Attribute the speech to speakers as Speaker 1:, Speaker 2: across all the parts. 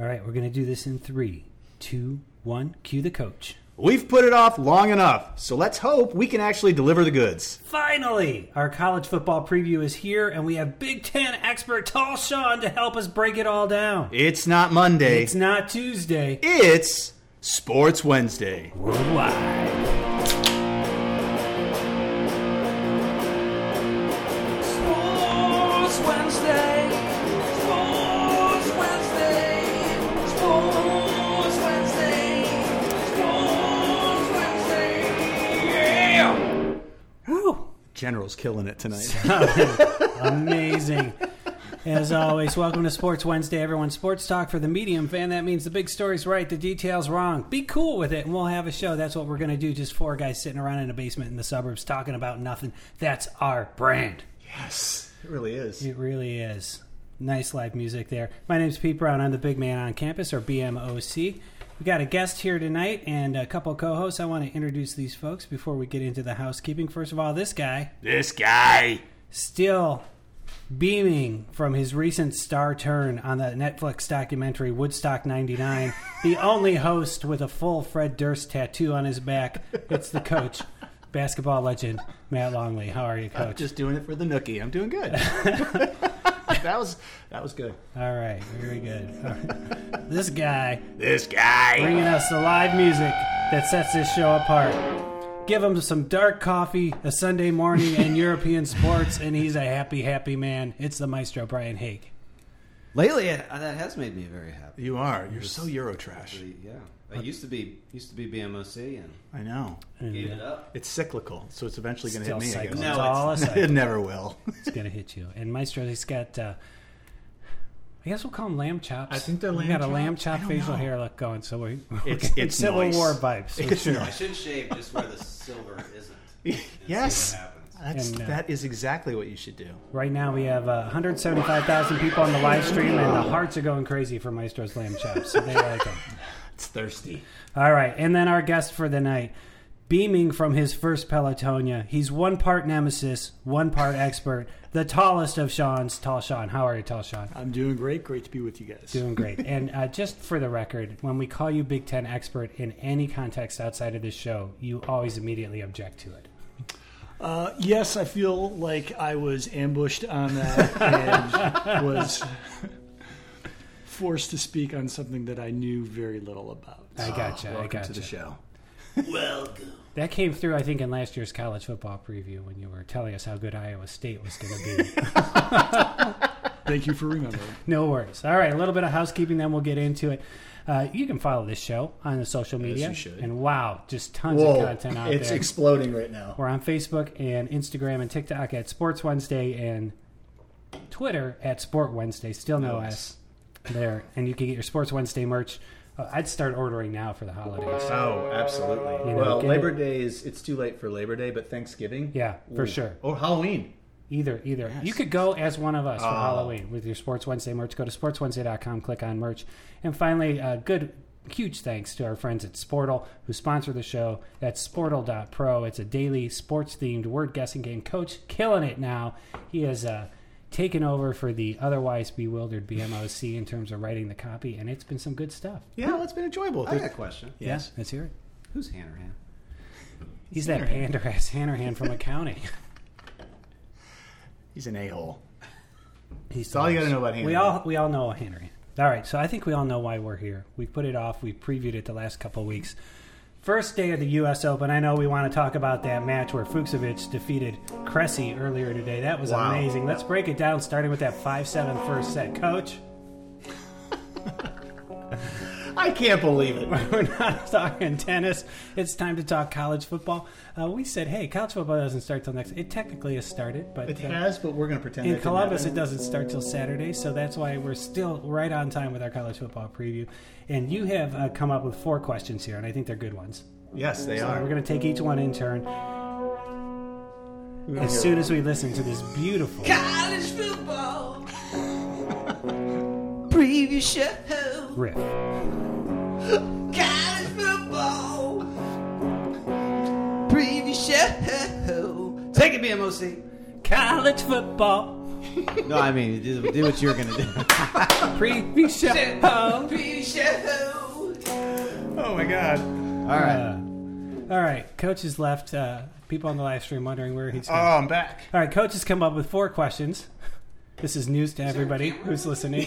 Speaker 1: All right, we're going to do this in three, two, one. Cue the coach.
Speaker 2: We've put it off long enough, so let's hope we can actually deliver the goods.
Speaker 1: Finally, our college football preview is here, and we have Big Ten expert Tall Sean to help us break it all down.
Speaker 2: It's not Monday,
Speaker 1: It's not Tuesday.
Speaker 2: it's Sports Wednesday.
Speaker 1: Worldwide.
Speaker 3: Sports Wednesday. Sports Wednesday. Sports Wednesday. Sports Wednesday. Yeah.
Speaker 1: Woo!
Speaker 2: General's killing it tonight.
Speaker 1: Amazing. As always, welcome to Sports Wednesday, everyone. Sports talk for the medium fan. That means the big story's right, the details wrong. Be cool with it, and we'll have a show. That's what we're going to do. Just four guys sitting around in a basement in the suburbs talking about nothing. That's our brand.
Speaker 2: yes, it really is.
Speaker 1: It really is. Nice live music there. My name's Pete Brown. I'm the big man on campus, or BMOC. We got a guest here tonight and a couple co hosts. I want to introduce these folks before we get into the housekeeping. First of all, this guy,
Speaker 2: This guy.
Speaker 1: still beaming from his recent star turn on the Netflix documentary Woodstock 99, the only host with a full Fred Durst tattoo on his back. It's the coach, basketball legend, Matt Longley. How are you, coach?
Speaker 2: Just doing it for the nookie. I'm doing good. that was that was good.
Speaker 1: All right, very good. All right. This guy
Speaker 2: This guy.
Speaker 1: bringing us the live music that sets this show apart. Give him some dark coffee, a Sunday morning, and European sports, and he's a happy, happy man. It's the maestro, Brian Hake.
Speaker 4: Lately, uh, that has made me very happy.
Speaker 2: You are. You're so Eurotrash.
Speaker 4: Yeah, I used to be used to be BMOC and
Speaker 2: I know.
Speaker 4: gave it up.
Speaker 2: It's cyclical, so it's eventually going to hit
Speaker 1: Still
Speaker 2: me. I
Speaker 1: cycles.
Speaker 2: guess.
Speaker 4: No,
Speaker 1: It's
Speaker 4: it's
Speaker 1: all a cycle.
Speaker 2: it never will.
Speaker 1: It's gonna hit you. And Maestro, he's got. Uh, I guess we'll call them lamb chops.
Speaker 2: I think they're
Speaker 1: We
Speaker 2: lamb
Speaker 1: got a
Speaker 2: chops.
Speaker 1: lamb
Speaker 2: I
Speaker 1: chop
Speaker 2: don't
Speaker 1: facial
Speaker 2: know.
Speaker 1: hair look going, so we
Speaker 2: It's- it's
Speaker 1: Civil
Speaker 2: nice.
Speaker 1: War vibes.
Speaker 2: It's
Speaker 4: I
Speaker 2: nice.
Speaker 4: should shave just where the silver isn't. and see
Speaker 2: Yes.
Speaker 4: what happens.
Speaker 2: That's,
Speaker 1: And, uh,
Speaker 2: that is exactly what you should do.
Speaker 1: Right now we have uh, 175,000 people on the live stream, and the hearts are going crazy for Maestro's lamb chops. So they like them.
Speaker 2: It's thirsty.
Speaker 1: All right, and then our guest for the night, beaming from his first Pelotonia, he's one part nemesis, one part expert, the tallest of Sean's, Tall Sean. How are you, Tall Sean?
Speaker 5: I'm doing great. Great to be with you guys.
Speaker 1: Doing great. And uh, just for the record, when we call you Big Ten expert in any context outside of this show, you always immediately object to it.
Speaker 5: Uh, yes, I feel like I was ambushed on that and was forced to speak on something that I knew very little about.
Speaker 1: I gotcha. I
Speaker 2: Ah, Welcome
Speaker 1: gotcha.
Speaker 2: to the show.
Speaker 4: Welcome.
Speaker 1: That came through, I think, in last year's college football preview when you were telling us how good Iowa State was going to be.
Speaker 5: Thank you for remembering.
Speaker 1: no worries. All right, a little bit of housekeeping, then we'll get into it. Uh, you can follow this show on the social media.
Speaker 2: you should.
Speaker 1: And wow, just tons of content out there.
Speaker 2: exploding right now.
Speaker 1: We're on Facebook and Instagram and TikTok at Sports Wednesday and Twitter at Sport Wednesday. Still no S there. And you can get your Sports Wednesday merch. Uh, I'd start ordering now for the holidays.
Speaker 2: Oh, absolutely.
Speaker 1: You know,
Speaker 2: well,
Speaker 1: get it.
Speaker 2: Labor Day is it's too late for Labor Day, but Thanksgiving?
Speaker 1: Yeah, for sure.
Speaker 2: Or Halloween.
Speaker 1: Either, either. You could go as one of us for
Speaker 2: Oh.
Speaker 1: Halloween with your Sports Wednesday merch. Go to sportswednesday.com, click on merch. And finally, uh, good, huge thanks to our friends at Sportle who sponsor the show. That's sportle.pro. It's a daily sports themed word guessing game. Coach killing it now. He has uh, taken over for the otherwise bewildered BMOC in terms of writing the copy, and it's been some good stuff.
Speaker 2: Yeah, well, it's been enjoyable.
Speaker 4: I got a question.
Speaker 1: Yeah, let's hear it.
Speaker 4: Who's Hanrahan?
Speaker 1: He's that pander ass Hanrahan from accounting.
Speaker 2: He's an a hole.
Speaker 1: He's
Speaker 2: That's all you got to know about him.
Speaker 1: We all we all know Henry. All right, so I think we all know why we're here. We put it off. We previewed it the last couple weeks. First day of the U.S. Open. I know we want to talk about that match where Fuksevich defeated Cressy earlier today. That was
Speaker 2: Wow.
Speaker 1: amazing. Let's break it down, starting with that 5-7 first set. Coach,
Speaker 2: I can't believe it.
Speaker 1: we're not talking tennis. It's time to talk college football. Uh, we said, hey, college football doesn't start till next. It technically has started, but
Speaker 2: It
Speaker 1: uh,
Speaker 2: has, but we're going to pretend
Speaker 1: In
Speaker 2: that didn't
Speaker 1: Columbus, it
Speaker 2: happen.
Speaker 1: doesn't start till Saturday, so that's why we're still right on time with our college football preview. And you have uh, come up with four questions here, and I think they're good ones.
Speaker 2: Yes, they
Speaker 1: So
Speaker 2: are.
Speaker 1: we're going to take each one in turn
Speaker 2: We're gonna
Speaker 1: as
Speaker 2: go-
Speaker 1: soon as we listen to this beautiful.
Speaker 3: College football. Preview show.
Speaker 1: Riff.
Speaker 3: College football. Preview show.
Speaker 4: Take it, BMOC.
Speaker 1: College football.
Speaker 4: No, I mean, do, do what you're going to do.
Speaker 1: Creepy
Speaker 3: Shit
Speaker 1: show.
Speaker 3: hole, creepy shit hole.
Speaker 2: Oh my god.
Speaker 4: All right.
Speaker 1: Uh, All right, coach has left. Uh, people on the live stream wondering where he's.
Speaker 2: Oh,
Speaker 1: Going.
Speaker 2: I'm back.
Speaker 1: All right, coach has come up with four questions. This is news to everybody who's listening.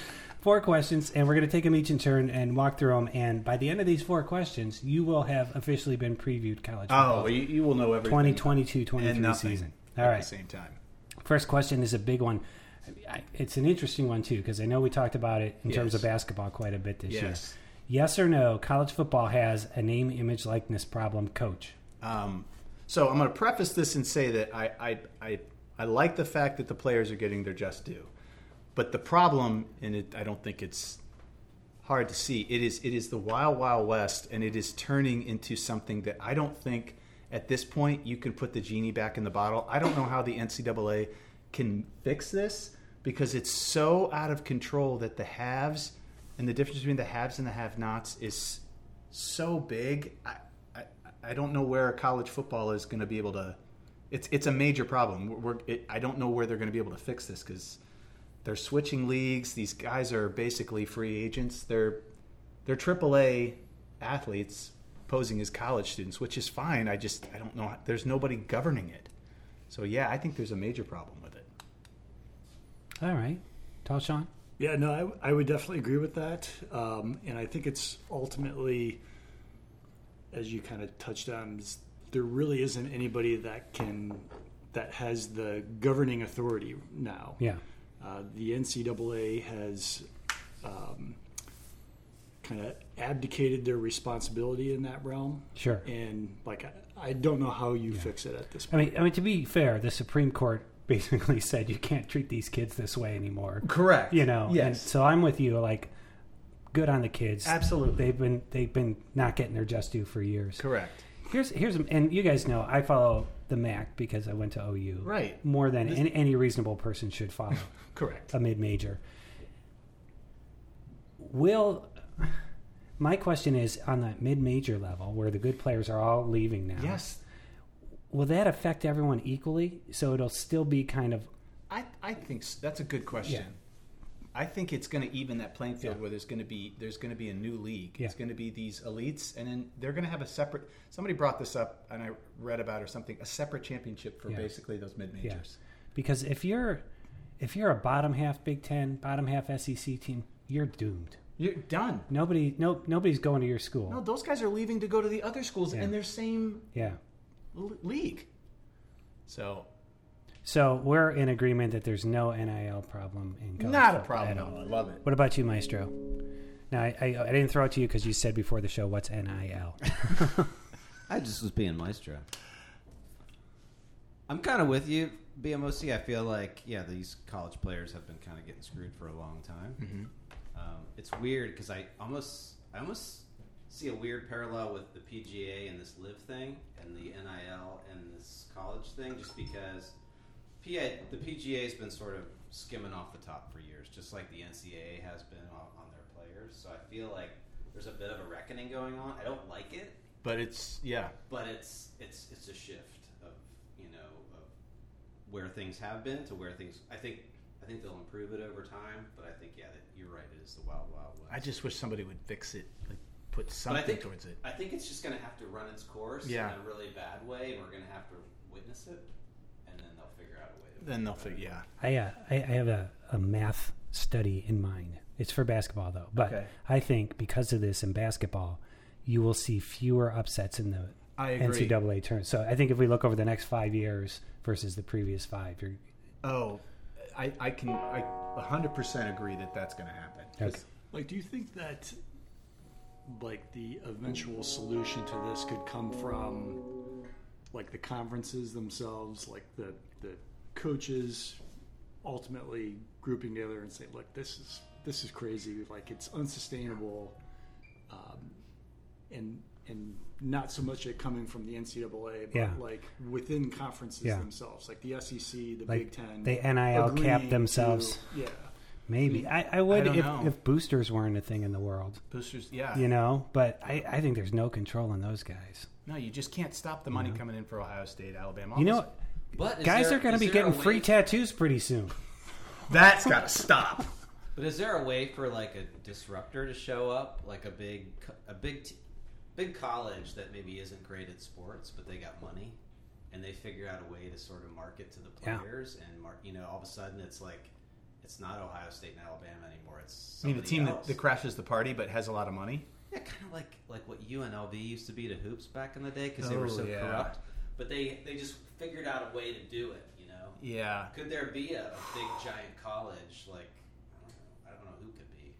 Speaker 1: four questions, and we're going to take them each in turn and walk through them. And by the end of these four questions, you will have officially been previewed college
Speaker 2: Oh,
Speaker 1: football
Speaker 2: you, you will know everything.
Speaker 1: 2022-23
Speaker 2: nothing
Speaker 1: season.
Speaker 2: at
Speaker 1: All
Speaker 2: the
Speaker 1: right,
Speaker 2: same time.
Speaker 1: First question is a big one. I- I- It's an interesting one too because I know we talked about it in terms
Speaker 2: Yes.
Speaker 1: of basketball quite a bit this year.
Speaker 2: Yes.
Speaker 1: Yes or no? College football has a name, image, likeness problem. Coach.
Speaker 2: Um, so I'm going to preface this and say that I, I, I, I like the fact that the players are getting their just due, but the problem, and it, I don't think it's hard to see, it is it is the wild wild west, and it is turning into something that I don't think at this point you can put the genie back in the bottle. I don't know how the NCAA can fix this because it's so out of control that the haves and the difference between the haves and the have-nots is so big. I, I, I don't know where college football is going to be able to. It's it's a major problem. We're, we're- it, I don't know where they're going to be able to fix this because they're switching leagues. These guys are basically free agents. They're they're AAA athletes posing as college students, which is fine. I just I don't know. There's nobody governing it. So yeah, I think there's a major problem with it.
Speaker 1: All right, Tall Sean.
Speaker 5: Yeah, no, I, I would definitely agree with that. Um, and I think it's ultimately, as you kind of touched on, is there really isn't anybody that can that has the governing authority now.
Speaker 1: Yeah.
Speaker 5: Uh, the NCAA has um, kind of abdicated their responsibility in that realm.
Speaker 1: Sure.
Speaker 5: And like, I, I don't know how you fix it at this
Speaker 1: I
Speaker 5: point.
Speaker 1: mean, I mean to be fair, the Supreme Court basically said you can't treat these kids this way anymore.
Speaker 2: Correct.
Speaker 1: You know. And
Speaker 2: Yes.
Speaker 1: so I'm with you. Like, good on the kids.
Speaker 2: Absolutely.
Speaker 1: They've been they've been not getting their just due for years.
Speaker 2: Correct.
Speaker 1: Here's here's and you guys know I follow the MAC because I went to OU.
Speaker 2: Right.
Speaker 1: More than any, any reasonable person should follow
Speaker 2: Correct.
Speaker 1: a mid major. Will my question is on that mid major level where the good players are all leaving now.
Speaker 2: Yes.
Speaker 1: Will that affect everyone equally? So it'll still be kind of
Speaker 2: I, I think s that's a good question. I think it's going to even that playing field
Speaker 1: Yeah.
Speaker 2: where there's going to be there's going to be a new league. It's
Speaker 1: Yeah.
Speaker 2: going to be these elites, and then they're going to have a separate. Somebody brought this up, and I read about it or something a separate championship for
Speaker 1: Yeah.
Speaker 2: basically those mid
Speaker 1: yeah.
Speaker 2: majors.
Speaker 1: Because if you're if you're a bottom half Big 10, bottom half SEC team, you're doomed.
Speaker 2: You're done.
Speaker 1: Nobody no nobody's going to your school.
Speaker 2: No, those guys are leaving to go to the other schools
Speaker 1: Yeah.
Speaker 2: in their same
Speaker 1: Yeah.
Speaker 2: l- league. So
Speaker 1: So we're in agreement that there's no NIL problem in college
Speaker 2: not a
Speaker 1: football
Speaker 2: problem.
Speaker 1: at
Speaker 2: at
Speaker 1: all.
Speaker 2: all. I love it.
Speaker 1: What about you, Maestro? Now I, I, I didn't throw it to you because you said before the show, "What's NIL?"
Speaker 4: I just was being maestro. I'm kind of with you, BMOC. I feel like, yeah, these college players have been kind of getting screwed for a long time. Um, it's weird because I almost, I almost see a weird parallel with the PGA and this live thing and the NIL and this college thing, just because PA, the PGA has been sort of skimming off the top for years, just like the NCAA has been on, on their players. So I feel like there's a bit of a reckoning going on. I don't like it
Speaker 2: But it's yeah.
Speaker 4: but it's it's it's a shift of you know of where things have been to where things I think I think they'll improve it over time but I think yeah that you're right it is the wild wild west
Speaker 2: I just wish somebody would fix it, like put
Speaker 4: but I
Speaker 2: something
Speaker 4: think
Speaker 2: towards it.
Speaker 4: I think it's just going to have to run its course
Speaker 2: Yeah.
Speaker 4: in a really bad way and we're going to have to witness it and then they'll figure out a way to
Speaker 2: Then they'll figure. Yeah.
Speaker 1: I, uh, I I have a, a math study in mind. It's for basketball though, but
Speaker 2: Okay.
Speaker 1: I think because of this in basketball, you will see fewer upsets in the
Speaker 2: I agree.
Speaker 1: NCAA tournament. So I think if we look over the next five years versus the previous five, you're,
Speaker 2: Oh, I, I can I 100% agree that that's going to happen. 'Cause
Speaker 1: Okay.
Speaker 5: Like, do you think that like the eventual solution to this could come from like the conferences themselves, like the the coaches ultimately grouping together and saying, "Look, this is this is crazy. Like, it's unsustainable," um, and and not so much it coming from the NCAA, but
Speaker 1: Yeah.
Speaker 5: like within conferences
Speaker 1: Yeah.
Speaker 5: themselves, like the SEC, the
Speaker 1: Like,
Speaker 5: Big Ten,
Speaker 1: they NIL cap
Speaker 5: agreeing to-
Speaker 1: themselves.
Speaker 5: yeah.
Speaker 1: maybe I, I would
Speaker 2: don't
Speaker 1: if,
Speaker 2: know.
Speaker 1: if boosters weren't a thing in the world,
Speaker 2: Boosters, yeah.
Speaker 1: you know. But I, I think there's no control on those guys.
Speaker 2: No, you just can't stop the money coming in for Ohio State, Alabama.
Speaker 1: You
Speaker 2: All
Speaker 1: know,
Speaker 2: this-
Speaker 4: But is
Speaker 1: Guys
Speaker 4: there-
Speaker 1: are going to
Speaker 4: is
Speaker 1: be
Speaker 4: there a
Speaker 1: getting
Speaker 4: way-
Speaker 1: free tattoos pretty soon.
Speaker 2: That's got to stop.
Speaker 4: But is there a way for like a disruptor to show up, like a big, co- a big, t- big college that maybe isn't great at sports, but they got money, and they figure out a way to sort of market to the
Speaker 1: Yeah.
Speaker 4: players, and mar- you know, all of a sudden it's like, it's not Ohio State and Alabama anymore. It's
Speaker 2: I mean,
Speaker 4: somebody
Speaker 2: the team that,
Speaker 4: else.
Speaker 2: that crashes the party but has a lot of money.
Speaker 4: yeah, kind of like like what UNLV used to be to hoops back in the day because they were
Speaker 2: Oh,
Speaker 4: so
Speaker 2: yeah.
Speaker 4: corrupt, but they they just figured out a way to do it, you know.
Speaker 2: Yeah.
Speaker 4: Could there be a, a big giant college like I don't know, I don't know who could be.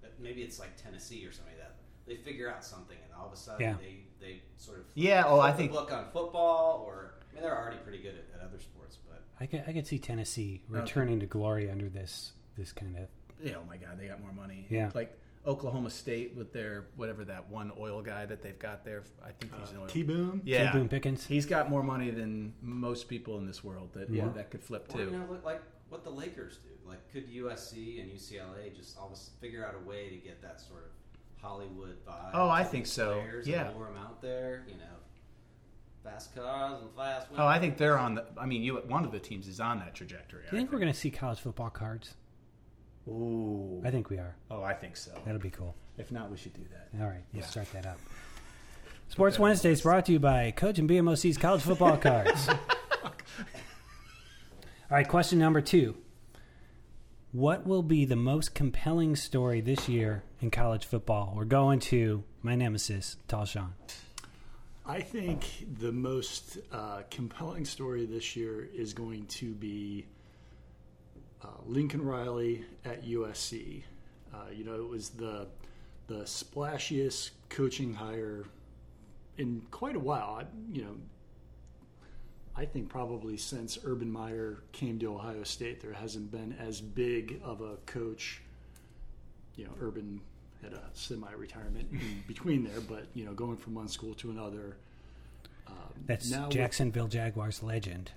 Speaker 4: But Maybe it's like Tennessee or something like that they figure out something and all of a sudden
Speaker 1: Yeah.
Speaker 4: they they sort of
Speaker 2: Yeah, oh, I
Speaker 4: flip the
Speaker 2: think-
Speaker 4: book on football or I mean they're already pretty good at, at other sports, but
Speaker 1: I could, I could see Tennessee returning to glory under this this kind of
Speaker 2: Yeah, oh my God, they got more money.
Speaker 1: Yeah.
Speaker 2: Like Oklahoma State with their whatever that one oil guy that they've got there. I think he's
Speaker 4: Uh,
Speaker 2: an oil.
Speaker 5: T Boone.
Speaker 2: yeah.
Speaker 1: Boom Pickens.
Speaker 2: He's got more money than most people in this world that
Speaker 1: Yeah.
Speaker 2: that could flip
Speaker 4: or, you
Speaker 2: too.
Speaker 4: know look like what the Lakers do. Like could USC and UCLA just all of a s- figure out a way to get that sort of Hollywood vibe?
Speaker 2: Oh, I
Speaker 4: to
Speaker 2: think
Speaker 4: these
Speaker 2: so.
Speaker 4: players
Speaker 2: Yeah.
Speaker 4: and lure 'em out there, you know, fast cars and fast.
Speaker 2: Oh, I think they're on the. I mean, you one of the teams is on that trajectory.
Speaker 1: Do you think we're going to see college football cards?
Speaker 2: Ooh.
Speaker 1: I think we are.
Speaker 2: Oh, I think so.
Speaker 1: That'll be cool.
Speaker 2: If not, we should do that.
Speaker 1: All right, we'll
Speaker 2: Yeah.
Speaker 1: start that up. Sports Wednesday is brought to you by Coach and BMOC's College Football Cards. All right, question number two. What will be the most compelling story this year in college football? We're going to my nemesis, Tall Sean.
Speaker 5: I think the most uh, compelling story this year is going to be uh, Lincoln Riley at USC. Uh, you know, it was the the splashiest coaching hire in quite a while. I, you know, I think probably since Urban Meyer came to Ohio State, there hasn't been as big of a coach. You know, Urban had a semi-retirement in between there, but you know, going from one school to another.
Speaker 1: That's
Speaker 5: Now with-
Speaker 1: Jacksonville Jaguars legend.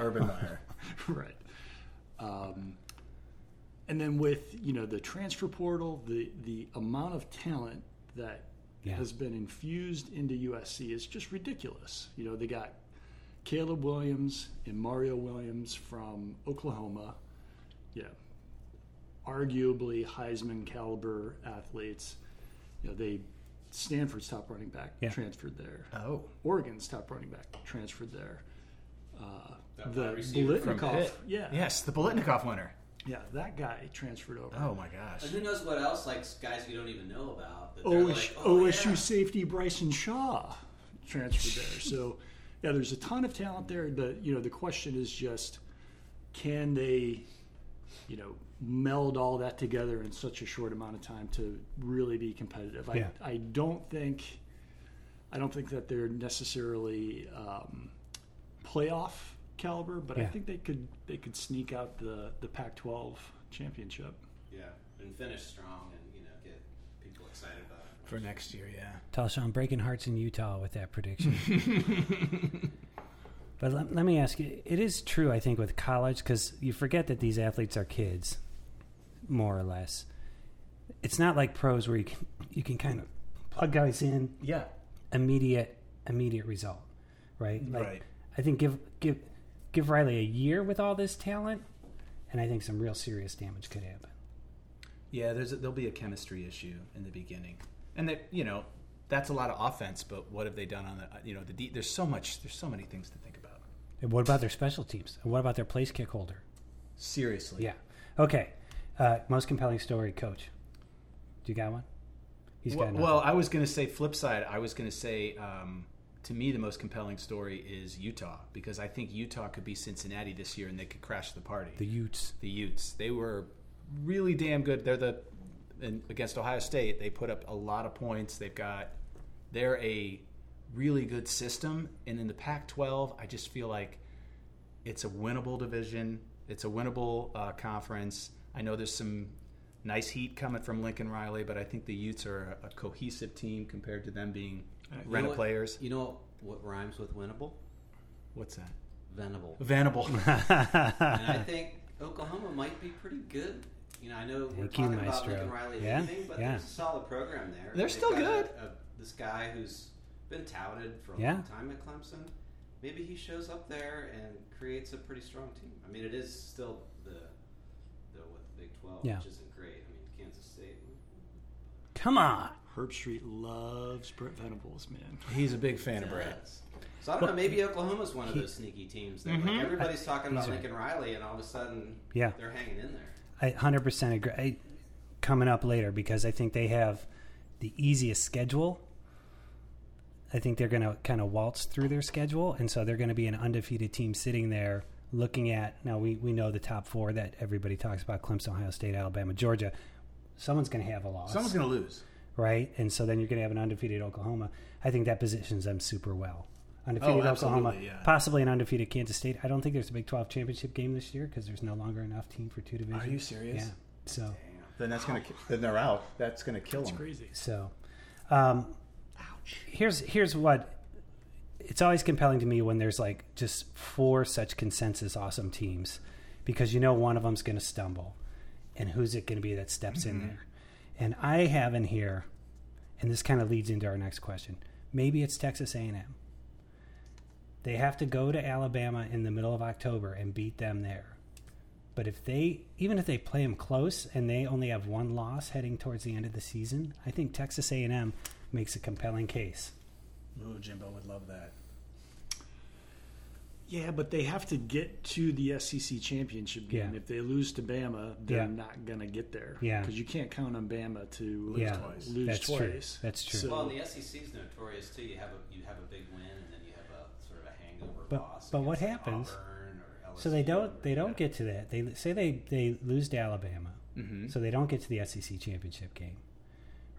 Speaker 2: Urban Meyer.
Speaker 5: right. Um, and then with you know the transfer portal, the the amount of talent that
Speaker 1: Yeah.
Speaker 5: has been infused into USC is just ridiculous. You know they got Caleb Williams and Mario Williams from Oklahoma. Yeah, arguably Heisman caliber athletes. You know they Stanford's top running back
Speaker 1: Yeah.
Speaker 5: transferred there.
Speaker 2: Oh.
Speaker 5: Oregon's top running back transferred there. Uh,
Speaker 4: That
Speaker 5: the
Speaker 4: wide receiver from
Speaker 5: Bolitnikoff,
Speaker 2: Pitt.
Speaker 5: yeah, yeah,
Speaker 2: Yes, the Bolitnikoff winner.
Speaker 5: that guy transferred over.
Speaker 2: Oh my gosh.
Speaker 4: And who knows what else, like guys we don't even know about. That they're
Speaker 5: OSU,
Speaker 4: like, oh,
Speaker 5: OSU
Speaker 4: yeah.
Speaker 5: safety Bryson Shaw transferred there. So yeah, there's a ton of talent there. The you know the question is just can they you know meld all that together in such a short amount of time to really be competitive. I,
Speaker 1: Yeah.
Speaker 5: I don't think I don't think that they're necessarily um, playoff caliber, but I
Speaker 1: Yeah.
Speaker 5: think they could they could sneak out the the Pac-12 championship.
Speaker 4: Yeah, and finish strong and, you know, get people excited about it.
Speaker 2: For next year, yeah.
Speaker 1: Tall Sean breaking hearts in Utah with that prediction. but let, let me ask you it is true, I think, with college, because you forget that these athletes are kids, more or less. It's not like pros where you can, you can kind of plug guys in,
Speaker 2: Yeah.
Speaker 1: immediate immediate result, right? Like,
Speaker 2: Right.
Speaker 1: I think give give give Riley a year with all this talent, and I think some real serious damage could happen.
Speaker 2: Yeah, there's a, there'll be a chemistry issue in the beginning, and that you know that's a lot of offense. But what have they done on the you know the de- there's so much there's so many things to think about.
Speaker 1: And what about their special teams? And what about their place kick holder?
Speaker 2: Seriously,
Speaker 1: Yeah. Okay. Uh, most compelling story, coach. Do you got one? He's
Speaker 2: Well,
Speaker 1: got nothing.
Speaker 2: well, I was going to say flip side. I was going to say um, to me the most compelling story is Utah because I think Utah could be Cincinnati this year and they could crash the party.
Speaker 1: the Utes.
Speaker 2: the Utes. They were really damn good. They're the and against Ohio State. They put up a lot of points. They've got they're a really good system. And in the Pac-12, I just feel like it's a winnable division. It's a winnable uh, conference. I know there's some nice heat coming from Lincoln Riley, but I think the Utes are a, a cohesive team compared to them being
Speaker 4: You know
Speaker 2: rent a
Speaker 4: what-
Speaker 2: players.
Speaker 4: You know what rhymes with winnable?
Speaker 2: What's that?
Speaker 4: Venable.
Speaker 2: Venable.
Speaker 4: and I think Oklahoma might be pretty good. You know, I know we're
Speaker 1: Thank you,
Speaker 4: talking about
Speaker 1: Maestro.
Speaker 4: Lincoln Riley
Speaker 1: Yeah,
Speaker 4: leaving, but
Speaker 1: yeah.
Speaker 4: there's a solid program there.
Speaker 2: They're
Speaker 4: They've
Speaker 2: still
Speaker 4: got a-
Speaker 2: good.
Speaker 4: a- this guy who's been touted for a
Speaker 1: Yeah.
Speaker 4: long time at Clemson, maybe he shows up there and creates a pretty strong team. I mean, it is still the the what the Big Twelve,
Speaker 1: Yeah.
Speaker 4: which isn't great. I mean, Kansas State.
Speaker 1: Come on.
Speaker 5: Herb Street loves Brent Venables, man.
Speaker 2: He's a big fan of Brad.
Speaker 4: does. So I don't know. Maybe Oklahoma's one of those sneaky teams that like, everybody's talking about
Speaker 1: He's right.
Speaker 4: Lincoln Riley, and all of a sudden,
Speaker 1: Yeah.
Speaker 4: they're hanging in there.
Speaker 1: I 100% agree. I, coming up later because I think they have the easiest schedule. I think they're going to kind of waltz through their schedule, and so they're going to be an undefeated team sitting there looking at. Now we we know the top four that everybody talks about: Clemson, Ohio State, Alabama, Georgia. Someone's going to have a loss,
Speaker 2: Someone's going to lose.
Speaker 1: right? And so then you're going to have an undefeated Oklahoma. I think that positions them super well. Undefeated
Speaker 2: Oh,
Speaker 1: Oklahoma,
Speaker 2: absolutely, yeah.
Speaker 1: possibly an undefeated Kansas State. I don't think there's a Big 12 championship game this year because there's no longer enough team for two divisions.
Speaker 2: serious?
Speaker 1: Yeah. So,
Speaker 2: Then that's going to then they're out. That's going to kill them.
Speaker 5: Crazy.
Speaker 1: so, um, here's here's what it's always compelling to me when there's like just four such consensus awesome teams, because you know one of them's going to stumble, and who's it going to be that steps in there? And I have in here, and this kind of leads into our next question. Maybe it's Texas A&M. They have to go to Alabama in the middle of October and beat them there. But if they, even if they play them close and they only have one loss heading towards the end of the season, I think Texas A&M makes a compelling case.
Speaker 2: Ooh, Jimbo would love that.
Speaker 5: Yeah, but they have to get to the SEC championship game.
Speaker 1: Yeah.
Speaker 5: If they lose to Bama, they're
Speaker 1: Yeah.
Speaker 5: not going to get there.
Speaker 1: Yeah.
Speaker 5: because you can't count on Bama to lose
Speaker 1: Yeah.
Speaker 5: twice. Lose
Speaker 1: That's true.
Speaker 5: twice.
Speaker 1: That's true.
Speaker 5: So-
Speaker 4: Well, and the SEC's notorious too. You have a you have a big win, and then you have a sort of a hangover
Speaker 1: But-
Speaker 4: loss.
Speaker 1: but what
Speaker 4: against
Speaker 1: happens-
Speaker 4: Auburn or
Speaker 1: So they
Speaker 4: LSU
Speaker 1: don't, they
Speaker 4: or-
Speaker 1: don't get to that. They say they they lose to Alabama,
Speaker 2: Mm-hmm.
Speaker 5: Hmm?
Speaker 1: so they don't get to the SEC championship game,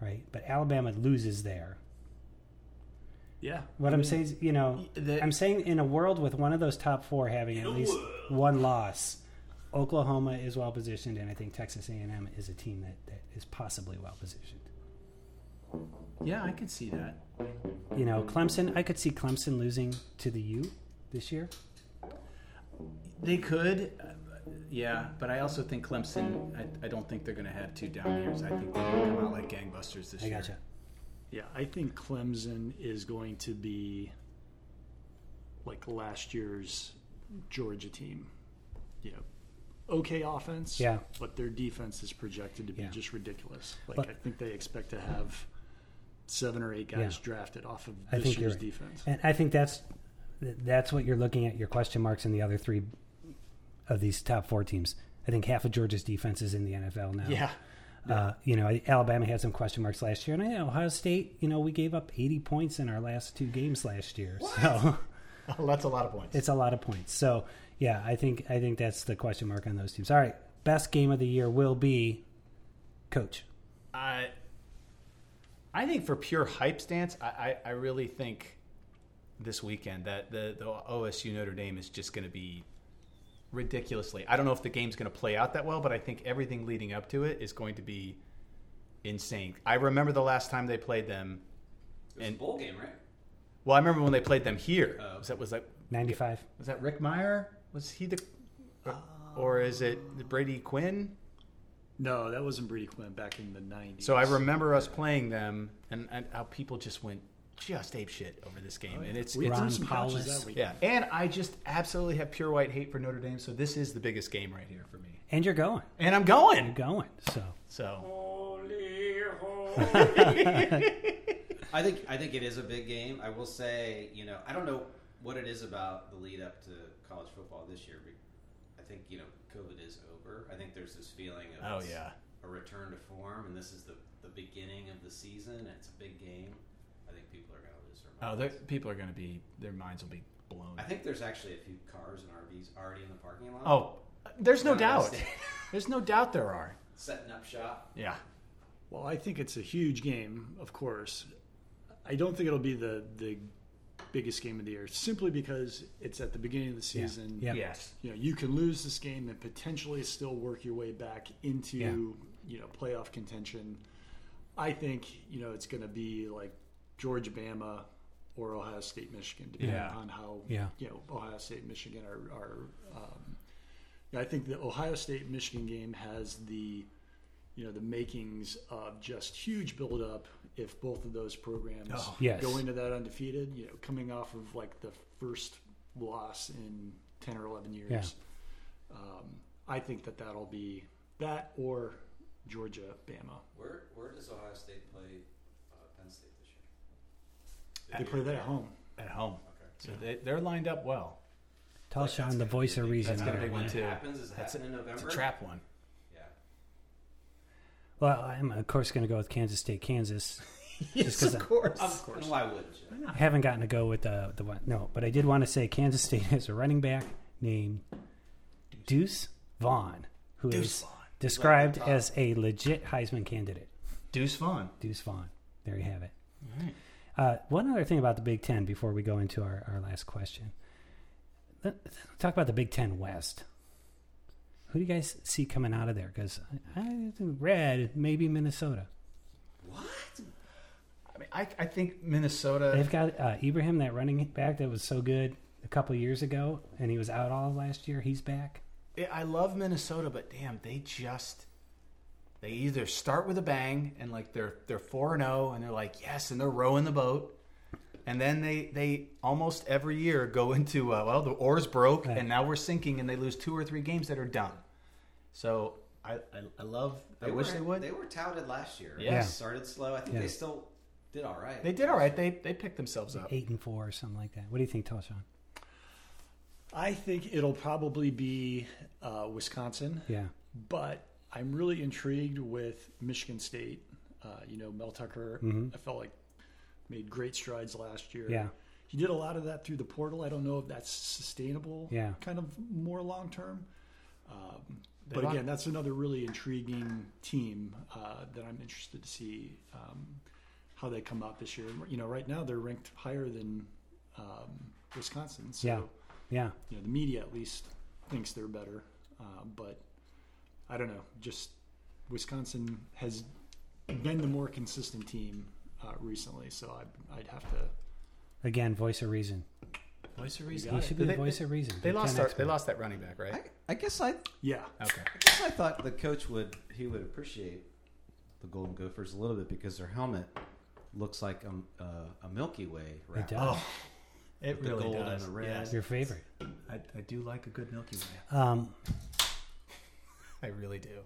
Speaker 1: right? But Alabama loses there.
Speaker 5: yeah,
Speaker 1: What
Speaker 5: I
Speaker 1: I'm
Speaker 5: mean,
Speaker 1: saying is, you know,
Speaker 2: y- the-
Speaker 1: I'm saying in a world with one of those top four having at least one loss, Oklahoma is well positioned, and I think Texas A&M is a team that, that is possibly well positioned.
Speaker 2: Yeah, I could see that.
Speaker 1: You know, Clemson, I could see Clemson losing to the U this year.
Speaker 2: They could. uh, Yeah, but I also think Clemson. I, I don't think they're going to have two down years. I think they're going to come out like gangbusters this
Speaker 1: I
Speaker 2: year.
Speaker 1: gotcha.
Speaker 5: Yeah, I think Clemson is going to be like last year's Georgia team. Yeah. Okay offense.
Speaker 1: Yeah.
Speaker 5: But their defense is projected to be
Speaker 1: Yeah.
Speaker 5: just ridiculous. Like
Speaker 1: But-
Speaker 5: I think they expect to have seven or eight guys
Speaker 1: Yeah.
Speaker 5: drafted off of
Speaker 1: I
Speaker 5: this
Speaker 1: think you're
Speaker 5: year's
Speaker 1: right.
Speaker 5: defense.
Speaker 1: And I think that's that's what you're looking at your question marks in the other three of these top four teams. I think half of Georgia's defense is in the NFL now.
Speaker 5: Yeah.
Speaker 1: Uh, you know, Alabama had some question marks last year, and I know Ohio State. You know, we gave up 80 points in our last two games last year, so
Speaker 2: Oh, that's a lot of points.
Speaker 1: it's a lot of points. So, yeah, I think I think that's the question mark on those teams. All right, best game of the year will be, coach.
Speaker 2: I, I think for pure hype stance, I, I, I really think this weekend that the, the OSU Notre Dame is just going to be ridiculously. I don't know if the game's going to play out that well, but I think everything leading up to it is going to be insane. I remember the last time they played them.
Speaker 4: It was a
Speaker 2: And-
Speaker 4: bowl game, right?
Speaker 2: Well, I remember when they played them here.
Speaker 4: Oh.
Speaker 2: was that was that
Speaker 1: 95.
Speaker 2: was that Rick Meyer? Was he the
Speaker 4: Oh.
Speaker 2: or is it Brady Quinn?
Speaker 5: No, that wasn't Brady Quinn back in the nineties.
Speaker 2: So I remember us playing them and, and how people just went just ape shit over this
Speaker 4: Oh,
Speaker 2: game. And it's,
Speaker 5: we
Speaker 2: it's
Speaker 5: threw
Speaker 1: Ron
Speaker 5: some pouches
Speaker 1: Paulus.
Speaker 5: that week.
Speaker 2: yeah. And I just absolutely have pure white hate for Notre Dame. So this is the biggest game right here for me.
Speaker 1: And you're going,
Speaker 2: And I'm
Speaker 1: you're
Speaker 2: going.
Speaker 1: going. So
Speaker 2: So
Speaker 4: I think I think it is a big game. I will say, you know, I don't know what it is about the lead up to college football this year. But I think you know COVID is over. I think there's this feeling of
Speaker 2: oh
Speaker 4: it's
Speaker 2: yeah,
Speaker 4: a return to form, and this is the the beginning of the season. And it's a big game. I think people are going to lose their
Speaker 2: oh
Speaker 4: minds.
Speaker 2: they're- people are going to be their minds will be blown.
Speaker 4: I think there's actually a few cars and RVs already in the parking lot.
Speaker 2: Oh, there's no
Speaker 4: Kind of
Speaker 2: doubt. There's no doubt there are.
Speaker 4: setting up shop.
Speaker 2: Yeah.
Speaker 5: Well, I think it's a huge game, of course. I don't think it'll be the the biggest game of the year simply because it's at the beginning of the season.
Speaker 1: Yeah.
Speaker 2: Yes.
Speaker 5: You know, you can lose this game and potentially still work your way back into,
Speaker 1: Yeah.
Speaker 5: you know, playoff contention. I think, you know, it's going to be like Georgia Bama or Ohio State Michigan depending
Speaker 2: Yeah.
Speaker 5: on how,
Speaker 1: Yeah.
Speaker 5: you know, Ohio State Michigan are, are um, yeah, I think the Ohio State Michigan game has the you know the makings of just huge buildup if both of those programs
Speaker 2: Oh,
Speaker 1: yes.
Speaker 5: go into that undefeated. You know, coming off of like the first loss in 10 or 11 years.
Speaker 1: Yeah.
Speaker 5: Um, I think that that'll be that or Georgia, Bama.
Speaker 4: Where where does Ohio State play uh, Penn State this year?
Speaker 5: They play that at home.
Speaker 2: at home.
Speaker 4: Okay.
Speaker 2: So they, they're lined up well.
Speaker 1: Tell
Speaker 4: Like, that's
Speaker 1: Sean the
Speaker 4: gonna
Speaker 1: voice
Speaker 4: be a
Speaker 1: of
Speaker 4: big-
Speaker 1: reason
Speaker 2: That's gonna
Speaker 1: there.
Speaker 2: be a big
Speaker 4: When
Speaker 2: one
Speaker 4: it
Speaker 2: too.
Speaker 4: happens, is it
Speaker 2: That's a,
Speaker 4: happening in
Speaker 2: it's a
Speaker 4: November?
Speaker 2: trap one.
Speaker 4: Yeah.
Speaker 1: Well, I'm of course going to go with Kansas State, Kansas. Just 'cause I-
Speaker 2: course.
Speaker 4: Of course. And why wouldn't you?
Speaker 1: I haven't gotten to go with the the one. No, but I did want to say Kansas State has a running back named Deuce Vaughn, who is
Speaker 2: Deuce Vaughn.
Speaker 1: described as a legit Heisman candidate.
Speaker 2: Deuce Vaughn.
Speaker 1: Deuce Vaughn. There you have it. Uh, one other thing about the Big Ten before we go into our, our last question. Let- let's Talk about the Big Ten West. Who do you guys see coming out of there? Because I, I read maybe Minnesota.
Speaker 2: I mean, I, I think Minnesota.
Speaker 1: They've got uh, Ibrahim, that running back that was so good a couple years ago, and he was out all of last year. He's back.
Speaker 2: I I love Minnesota, but damn, they just they either start with a bang and like they're they're four and zero, and they're like yes, and they're rowing the boat, and then they they almost every year go into uh, well the oars broke
Speaker 1: Right.
Speaker 2: and now we're sinking, and they lose two or three games that are done. So I I, I love. I wish
Speaker 4: were,
Speaker 2: they would.
Speaker 4: They were touted last year.
Speaker 2: Yeah.
Speaker 4: They started slow. I think
Speaker 1: Yeah.
Speaker 4: they still did all right.
Speaker 2: They did all right. They they picked themselves up.
Speaker 1: Eight and four or something like that. What do you think, Toshan?
Speaker 5: I think it'll probably be uh, Wisconsin,
Speaker 1: Yeah.
Speaker 5: but I'm really intrigued with Michigan State. Uh, you know, Mel Tucker, I felt like made great strides last year.
Speaker 1: Mm-hmm. Yeah.
Speaker 5: He did a lot of that through the portal. I don't know if that's sustainable,
Speaker 1: Yeah.
Speaker 5: kind of more long term. Um, but
Speaker 2: lost-
Speaker 5: again, that's another really intriguing team uh, that I'm interested to see um, how they come out this year. You know, right now they're ranked higher than um, Wisconsin. So
Speaker 1: Yeah. Yeah.
Speaker 5: you know, the media at least thinks they're better. Uh, but I don't know. Just Wisconsin has been the more consistent team uh, recently, so I'd, I'd have to.
Speaker 1: Again, voice of reason.
Speaker 2: Voice of
Speaker 5: reason.
Speaker 1: He
Speaker 5: Got
Speaker 1: should
Speaker 5: it.
Speaker 1: be
Speaker 2: They-
Speaker 1: the voice of reason.
Speaker 2: They
Speaker 1: Big
Speaker 2: lost.
Speaker 1: Ten
Speaker 2: Our,
Speaker 1: expert.
Speaker 2: they lost that running back, right?
Speaker 4: I, I guess I, I
Speaker 5: Yeah,
Speaker 2: Okay.
Speaker 4: guess I thought the coach would he would appreciate the Golden Gophers a little bit because their helmet looks like a, uh, a Milky Way
Speaker 1: It
Speaker 4: wrap.
Speaker 1: does.
Speaker 2: It
Speaker 4: the
Speaker 2: really
Speaker 4: gold and
Speaker 2: does.
Speaker 4: the red.
Speaker 2: Yes.
Speaker 1: Your favorite.
Speaker 2: I, I do like a good Milky Way.
Speaker 1: Um,
Speaker 2: I really do.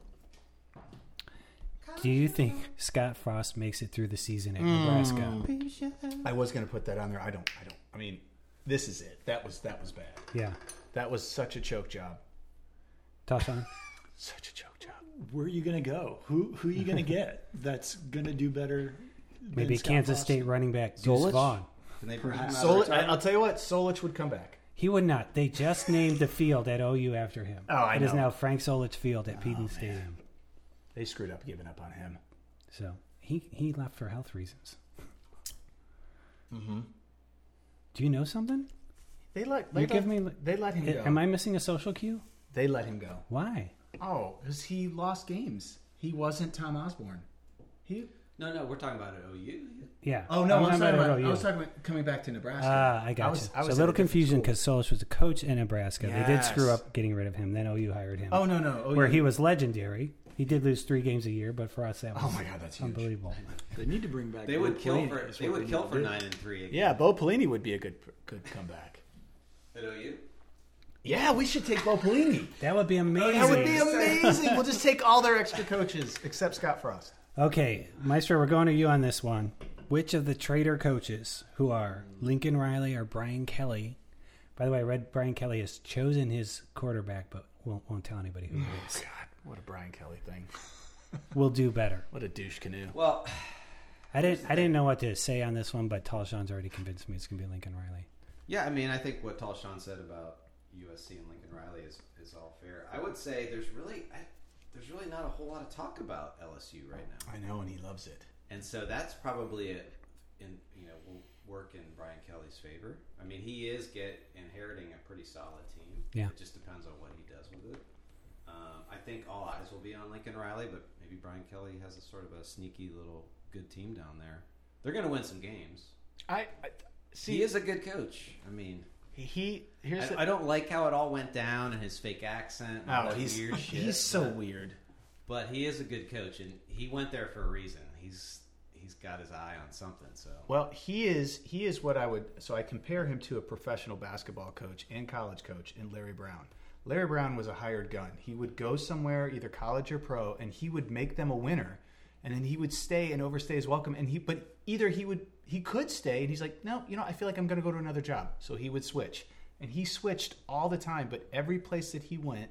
Speaker 1: do you think Scott Frost makes it through the season at
Speaker 2: Hmm.
Speaker 1: Nebraska?
Speaker 2: I was gonna put that on there. I don't. I don't. I mean, this is it. That was that was bad.
Speaker 1: Yeah.
Speaker 2: That was such a choke job.
Speaker 1: Toshan?
Speaker 2: Such a choke job.
Speaker 5: where are you gonna go? Who who are you gonna get that's gonna do better? than
Speaker 1: Maybe
Speaker 5: Scott
Speaker 1: Kansas
Speaker 5: Frost?
Speaker 1: State running back Deuce
Speaker 4: Zolich?
Speaker 1: Vaughn.
Speaker 4: Can they bring him out of
Speaker 2: Solich, I,
Speaker 4: retirement?
Speaker 2: I'll tell you what. Solich would come back.
Speaker 1: He would not. They just named the field at OU after him.
Speaker 2: Oh, I
Speaker 1: It is
Speaker 2: know. Oh,
Speaker 1: now Frank Solich Field at Peden Stadium.
Speaker 2: They screwed up giving up on him.
Speaker 1: So he he left for health reasons.
Speaker 2: Mm-hmm.
Speaker 1: Do you know something?
Speaker 2: They let.
Speaker 1: You
Speaker 2: They
Speaker 1: give
Speaker 2: let,
Speaker 1: me-
Speaker 2: They let him go.
Speaker 1: Am I missing a social cue?
Speaker 2: They let him go.
Speaker 1: Why?
Speaker 2: Oh, because he lost games. He wasn't Tom Osborne. He.
Speaker 4: No, no, we're talking about at OU.
Speaker 1: Yeah.
Speaker 2: Oh no, Uh, I was
Speaker 1: I'm
Speaker 2: talking
Speaker 1: not
Speaker 2: about.
Speaker 1: OU.
Speaker 2: I was talking about coming back to Nebraska.
Speaker 1: Ah, I got
Speaker 2: was-
Speaker 1: you.
Speaker 2: I
Speaker 1: so a
Speaker 2: was at
Speaker 1: little
Speaker 2: different
Speaker 1: confusion
Speaker 2: school.
Speaker 1: because Solich was a coach in Nebraska. They did screw
Speaker 2: Yes.
Speaker 1: up getting rid of him. Then OU hired him.
Speaker 2: Oh no no. Oh,
Speaker 1: where
Speaker 2: you-
Speaker 1: he was legendary. He did lose three games a year, but for us that was
Speaker 2: Oh my God, that's huge.
Speaker 1: unbelievable.
Speaker 5: They need to bring back.
Speaker 4: They
Speaker 5: Bo
Speaker 4: would kill
Speaker 5: Pelini,
Speaker 4: for
Speaker 5: is
Speaker 4: they
Speaker 5: what
Speaker 4: would
Speaker 5: need
Speaker 4: kill
Speaker 5: to
Speaker 4: for
Speaker 5: do.
Speaker 4: nine and three again.
Speaker 2: Yeah, Bo Pelini would be a good good comeback.
Speaker 4: At OU.
Speaker 2: Yeah, we should take Bo Pelini.
Speaker 1: That would be amazing.
Speaker 2: That would be amazing. we'll just take all their extra coaches except Scott Frost.
Speaker 1: Okay, Maestro, we're going to you on this one. Which of the traitor coaches, who are Lincoln Riley or Brian Kelly? By the way, I read Brian Kelly has chosen his quarterback, but won't, won't tell anybody who it is.
Speaker 2: God, what a Brian Kelly thing.
Speaker 1: Will do better.
Speaker 2: What a douche canoe.
Speaker 4: Well,
Speaker 1: I didn't. I didn't know what to say on this one, but Tall Sean's already convinced me it's going to be Lincoln Riley.
Speaker 4: yeah, I mean, I think what Tall Sean said about USC and Lincoln Riley is, is all fair. I would say there's really I, there's really not a whole lot of talk about LSU right now.
Speaker 2: I know, and he loves it.
Speaker 4: And so that's probably a, in you know will work in Brian Kelly's favor. I mean, he is get inheriting a pretty solid team.
Speaker 1: Yeah.
Speaker 4: it just depends on what he does with it. Um, I think all eyes will be on Lincoln Riley, but maybe Brian Kelly has a sort of a sneaky little good team down there. They're going to win some games.
Speaker 2: I, I see.
Speaker 4: he is a good coach. I mean,
Speaker 2: he here's.
Speaker 4: I, I don't like how it all went down and his fake accent. And all
Speaker 2: oh,
Speaker 4: that
Speaker 2: he's
Speaker 4: weird shit.
Speaker 2: he's so
Speaker 4: but-
Speaker 2: weird.
Speaker 4: but he is a good coach, and he went there for a reason. He's he's got his eye on something. So
Speaker 2: Well, he is he is what I would so I compare him to a professional basketball coach and college coach and Larry Brown. Larry Brown was a hired gun. He would go somewhere, either college or pro, and he would make them a winner. And then he would stay and overstay his welcome. And he but either he would he could stay and he's like, No, you know, I feel like I'm gonna go to another job. So he would switch. And he switched all the time, but every place that he went,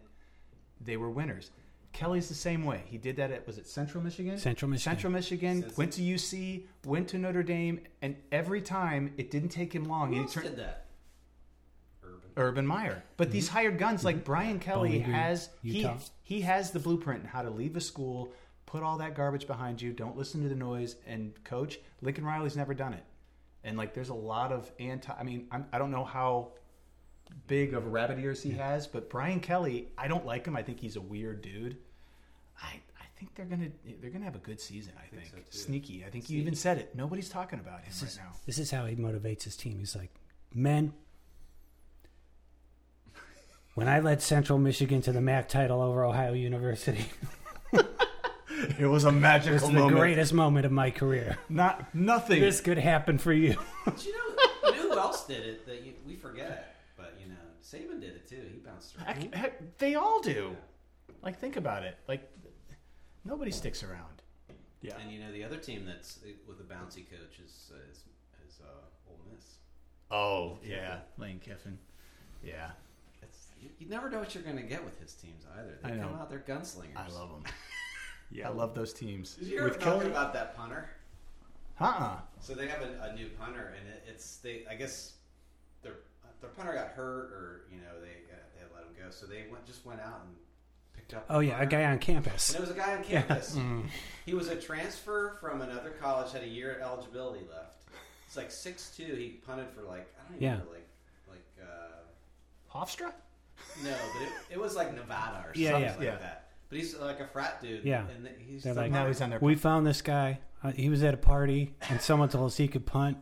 Speaker 2: they were winners. Kelly's the same way. He did that at was it Central Michigan?
Speaker 1: Central Michigan.
Speaker 2: Central Michigan
Speaker 4: Since-
Speaker 2: went to UC, went to Notre Dame, and every time it didn't take him long.
Speaker 4: who
Speaker 2: and
Speaker 4: else
Speaker 2: he turned
Speaker 4: did that? Urban.
Speaker 2: Urban Meyer. But these hired guns like Brian Kelly
Speaker 1: Bowling Green,
Speaker 2: has he
Speaker 1: Utah.
Speaker 2: he has the blueprint on how to leave a school, put all that garbage behind you, don't listen to the noise, and coach. Lincoln Riley's never done it. And like there's a lot of anti I mean, I'm, I don't know how big of rabbit ears he has, but Brian Kelly, I don't like him. I think he's a weird dude. I, I think they're gonna they're gonna have a good season. I, think,
Speaker 4: so, too.
Speaker 2: sneaky. I think you even said it. Nobody's talking about him right now.
Speaker 1: This is how he motivates his team. He's like, men, when I led Central Michigan to the MAC title over Ohio University,
Speaker 2: It was a magical
Speaker 1: it was the greatest moment of my career.
Speaker 2: Not nothing.
Speaker 1: This could happen for you.
Speaker 4: But you know, you know who else did it that you, we forget? But you know, Saban did it too. He bounced around.
Speaker 2: Heck- heck, they all do. Like, think about it. Like, nobody sticks around.
Speaker 5: Yeah.
Speaker 4: And you know, the other team that's eh, with a bouncy coach is is, is uh, Ole Miss.
Speaker 2: Oh yeah, Lane Kiffin. Yeah,
Speaker 4: It's, you, you never know what you're going to get with his teams either. They
Speaker 2: I
Speaker 4: come
Speaker 2: know.
Speaker 4: out, they're gunslingers.
Speaker 2: I love them.
Speaker 5: Yeah.
Speaker 2: I love those teams.
Speaker 4: Did you ever talk about that punter?
Speaker 2: Uh-uh.
Speaker 4: So they have a, a new punter, and it, it's they. I guess their their punter got hurt, or you know they got, they let him go. So they went just went out and picked up.
Speaker 1: Oh, yeah, a
Speaker 4: punter.
Speaker 1: guy Mm. on campus.
Speaker 4: And there was a guy on campus. He was a transfer from another college, had a year eligibility left. It's like six two. He punted for like I don't even
Speaker 1: Yeah.
Speaker 4: know, like like uh,
Speaker 2: Hofstra.
Speaker 4: no, but it, it was like Nevada or
Speaker 1: Yeah,
Speaker 4: something
Speaker 1: yeah.
Speaker 4: like
Speaker 2: Yeah.
Speaker 4: that. But he's like a frat dude.
Speaker 1: Yeah.
Speaker 4: and th- he's
Speaker 1: They're
Speaker 4: the
Speaker 1: like,
Speaker 2: Now
Speaker 4: punter.
Speaker 2: he's on their.
Speaker 1: We found this guy. Uh, he was at a party, and someone told us he could punt.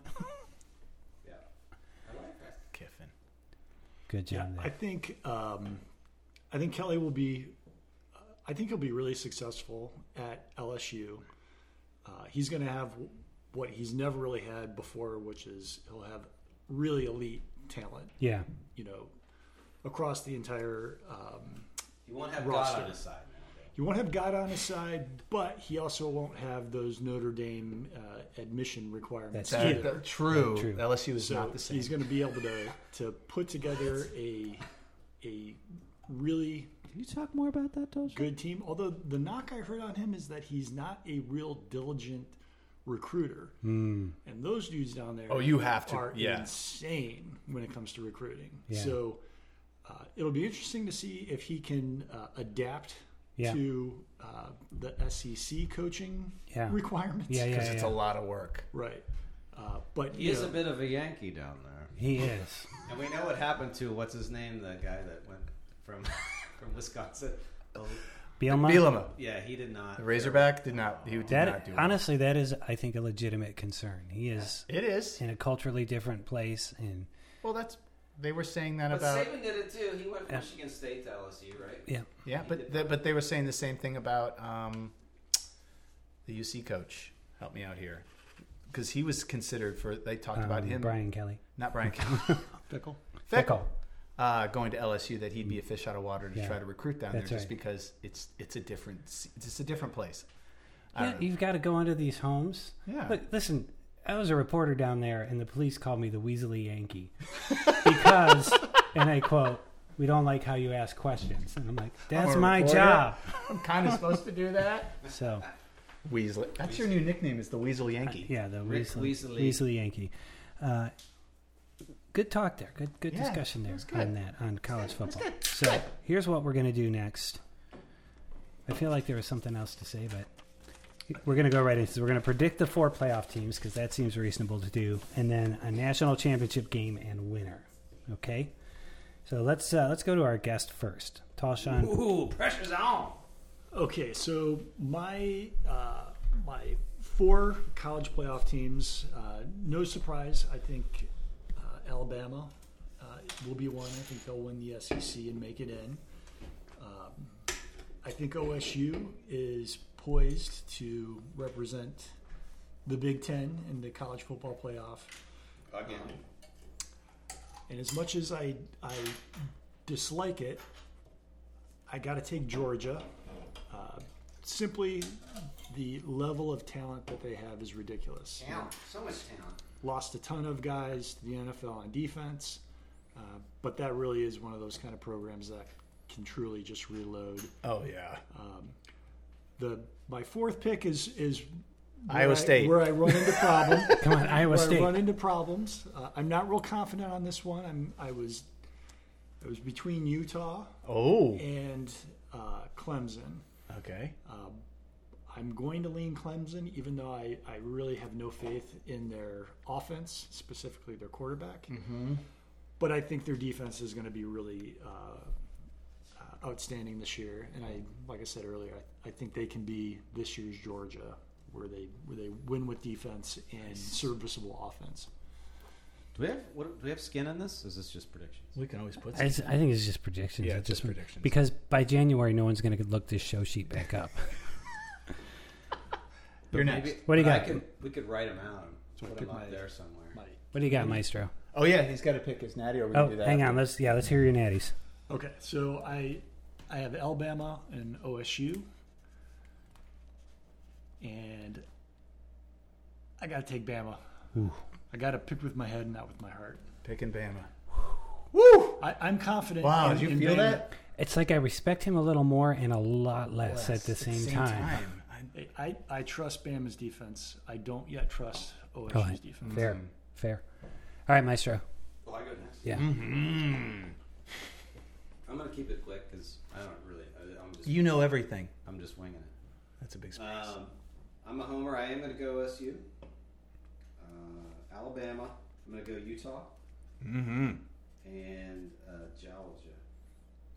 Speaker 4: yeah. I like that.
Speaker 2: Kiffin.
Speaker 1: Good
Speaker 5: Yeah,
Speaker 1: job.
Speaker 5: I
Speaker 1: there.
Speaker 5: think um, I think Kelly will be. I think he'll be really successful at LSU. Uh, he's going to have what he's never really had before, which is he'll have really elite talent.
Speaker 1: Yeah.
Speaker 5: You know, across the entire. Um,
Speaker 4: He won't have God
Speaker 5: Roster.
Speaker 4: on his side now. though.
Speaker 5: he won't have God on his side, but he also won't have those Notre Dame uh, admission requirements.
Speaker 1: That's
Speaker 5: either.
Speaker 2: That- true.
Speaker 1: True.
Speaker 2: LSU is
Speaker 5: So
Speaker 2: not the same.
Speaker 5: he's going to be able to to put together a a really
Speaker 1: Can you talk more about that, Tosh?
Speaker 5: good team. Although the knock I heard on him is that he's not a real diligent recruiter,
Speaker 1: Hmm.
Speaker 5: and those dudes down there
Speaker 2: Oh, you have to-
Speaker 5: are
Speaker 2: yeah.
Speaker 5: insane when it comes to recruiting.
Speaker 1: Yeah.
Speaker 5: So uh, it'll be interesting to see if he can uh, adapt
Speaker 1: Yeah.
Speaker 5: to uh, the SEC coaching
Speaker 1: Yeah.
Speaker 5: requirements.
Speaker 1: Yeah, yeah,
Speaker 2: because
Speaker 1: yeah.
Speaker 2: it's a lot of work.
Speaker 5: right. Uh, but
Speaker 4: He
Speaker 5: you
Speaker 4: is a
Speaker 5: know,
Speaker 4: bit of a Yankee down there.
Speaker 1: He is.
Speaker 4: And we know what happened to what's his name, the guy that went from from Wisconsin. Oh,
Speaker 1: Bielma?
Speaker 2: Bielema,
Speaker 4: yeah, he did not.
Speaker 2: the Razorback, did not. He did not
Speaker 1: That,
Speaker 2: do. well.
Speaker 1: honestly, that is, I think, a legitimate concern. He is
Speaker 2: It is.
Speaker 1: in a culturally different place, and
Speaker 2: Well, that's. They were saying that
Speaker 4: But
Speaker 2: about.
Speaker 4: Saban did it too. He went from
Speaker 1: Yeah.
Speaker 4: Michigan State to LSU, right?
Speaker 1: yeah,
Speaker 2: Yeah, but th- but they were saying the same thing about um, the UC coach. Help me out here, because he was considered for. They talked about
Speaker 1: um,
Speaker 2: him,
Speaker 1: Brian Kelly.
Speaker 2: not Brian Fickle,
Speaker 5: Fickle.
Speaker 1: Fickle.
Speaker 2: uh, going to LSU. That he'd be a fish out of water to
Speaker 1: Yeah.
Speaker 2: try to recruit down
Speaker 1: That's
Speaker 2: there, just
Speaker 1: right.
Speaker 2: because it's it's a different s- it's just a different place. I
Speaker 1: Yeah,
Speaker 2: don't know.
Speaker 1: you've got to go into these homes.
Speaker 2: Yeah.
Speaker 1: Look, listen, I was a reporter down there, and the police called me the Weasley Yankee because, and I quote, "We don't like how you ask questions." And I'm like, "That's
Speaker 2: a
Speaker 1: my
Speaker 2: reporter."
Speaker 1: job."
Speaker 2: I'm kind of supposed to do that.
Speaker 1: So
Speaker 2: Weasley. That's your new nickname. Is the Weasel Yankee?
Speaker 1: yeah, the
Speaker 4: Rick
Speaker 1: Weasley,
Speaker 4: Weasley.
Speaker 1: Weasley Yankee. Uh, good talk there. Good good
Speaker 2: Yeah,
Speaker 1: discussion there
Speaker 2: that's good.
Speaker 1: on that on college football.
Speaker 2: good, that's
Speaker 1: So
Speaker 2: good.
Speaker 1: here's what we're gonna do next. I feel like there was something else to say, but we're going to go right into We're going to predict the four playoff teams because that seems reasonable to do, and then a national championship game and winner. Okay, so let's uh, let's go to our guest first, Talshan.
Speaker 4: Ooh, pressure's on.
Speaker 5: Okay, so my uh, my four college playoff teams. Uh, no surprise, I think uh, Alabama uh, will be one. I think they'll win the SEC and make it in. Um, I think OSU is poised to represent the Big Ten and the college football playoff.
Speaker 6: Again.
Speaker 5: And as much as I I dislike it, I got to take Georgia. Uh, simply, the level of talent that they have is ridiculous.
Speaker 4: Talent. So much talent.
Speaker 5: Lost a ton of guys to the NFL on defense, uh, but that really is one of those kind of programs that can truly just reload.
Speaker 2: Oh yeah,
Speaker 5: The my fourth pick is is where
Speaker 2: Iowa
Speaker 5: I-
Speaker 2: State.
Speaker 5: where I run into problem.
Speaker 1: Come on, Iowa
Speaker 5: where I run
Speaker 1: State.
Speaker 5: into problems. Uh, I'm not real confident on this one. I'm I was I was between Utah
Speaker 2: Oh,
Speaker 5: and uh, Clemson.
Speaker 2: okay.
Speaker 5: I'm going to lean Clemson, even though I, I really have no faith in their offense, specifically their quarterback. But I think their defense is going to be really uh, uh, outstanding this year. And I, like I said earlier, I, I think they can be this year's Georgia, where they where they win with defense and serviceable offense.
Speaker 4: Do we have what, do we have skin in this? Is this just predictions?
Speaker 2: We can always put.
Speaker 1: I, s- I think it's just predictions.
Speaker 2: Yeah,
Speaker 1: at
Speaker 2: it's
Speaker 1: this
Speaker 2: just
Speaker 1: point.
Speaker 2: predictions.
Speaker 1: Because by January, no one's going to look this show sheet back up.
Speaker 2: You're
Speaker 4: Maybe-
Speaker 2: next.
Speaker 1: What do you
Speaker 4: but I
Speaker 1: got?
Speaker 4: can- we could write them out. and Put
Speaker 7: I
Speaker 4: them
Speaker 7: put
Speaker 4: up
Speaker 7: my-
Speaker 4: there somewhere.
Speaker 1: What do you got, Maestro?
Speaker 2: Oh yeah, he's got to pick his natty. Or we
Speaker 1: Oh,
Speaker 2: can do that.
Speaker 1: hang on. Let's yeah, let's hear your natties.
Speaker 5: Okay, so I I have Alabama and OSU, and I gotta take Bama. I gotta pick with my head, not with my heart.
Speaker 2: Picking Bama.
Speaker 5: I, I'm confident.
Speaker 2: Wow,
Speaker 5: in,
Speaker 2: did you
Speaker 5: in
Speaker 2: feel
Speaker 5: Bama.
Speaker 2: that?
Speaker 1: It's like I respect him a little more and a lot less, at the same, time.
Speaker 2: I-
Speaker 5: I, I trust Bama's defense. I don't yet trust OSU's
Speaker 1: Oh,
Speaker 5: defense.
Speaker 1: fair, fair. All right, Maestro.
Speaker 4: Well, I go next.
Speaker 1: Yeah.
Speaker 2: Mm-hmm.
Speaker 4: I'm gonna keep it quick because I don't really. I, I'm just
Speaker 2: You know everything.
Speaker 4: I'm just winging it.
Speaker 2: That's a big surprise.
Speaker 4: Um, I'm a homer. I am gonna go SU. Uh, Alabama. I'm gonna go Utah
Speaker 2: mm-hmm.
Speaker 4: and uh, Georgia.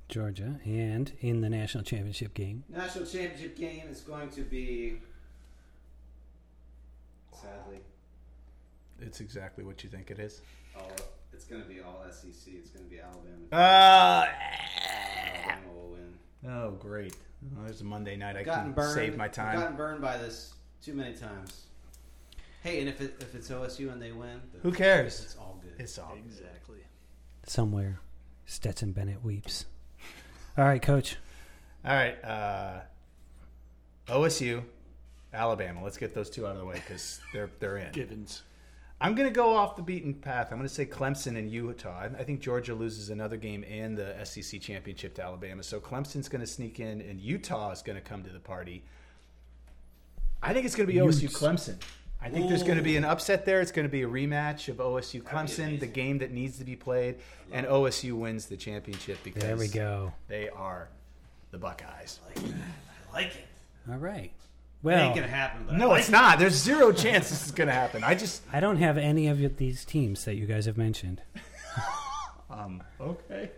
Speaker 1: Georgia, and in the national championship game,
Speaker 4: National championship game is going to be sadly
Speaker 2: It's exactly what you think it is.
Speaker 4: all. It's gonna be all SEC. It's gonna be Alabama.
Speaker 2: Uh,
Speaker 4: Alabama will win.
Speaker 2: oh, great. Well, there's a Monday night. I
Speaker 4: gotten
Speaker 2: can
Speaker 4: burned.
Speaker 2: save my
Speaker 4: I've
Speaker 2: time.
Speaker 4: gotten burned by this too many times. Hey, and if it, if it's OSU and they win, then
Speaker 2: Who cares?
Speaker 4: It's all good.
Speaker 2: It's all.
Speaker 5: Exactly.
Speaker 1: somewhere, Stetson Bennett weeps. All right, Coach.
Speaker 2: All right. Uh, OSU, Alabama. Let's get those two out of the way because they're they're in.
Speaker 5: Givens.
Speaker 2: I'm going to go off the beaten path. I'm going to say Clemson and Utah. I- I think Georgia loses another game and the SEC championship to Alabama. So Clemson's going to sneak in, and Utah is going to come to the party. I think it's going to be OSU Clemson. I think there's going to be an upset there. It's going to be a rematch of OSU Clemson, the game that needs to be played, and OSU wins the championship because
Speaker 1: There we go.
Speaker 2: they are the Buckeyes.
Speaker 4: I like it.
Speaker 1: All right.
Speaker 4: It ain't
Speaker 1: Well,
Speaker 4: gonna happen. But I
Speaker 2: No,
Speaker 4: like
Speaker 2: it's not. There's zero chance this is going to happen. I just
Speaker 1: I don't have any of y- these teams that you guys have mentioned.
Speaker 2: um okay.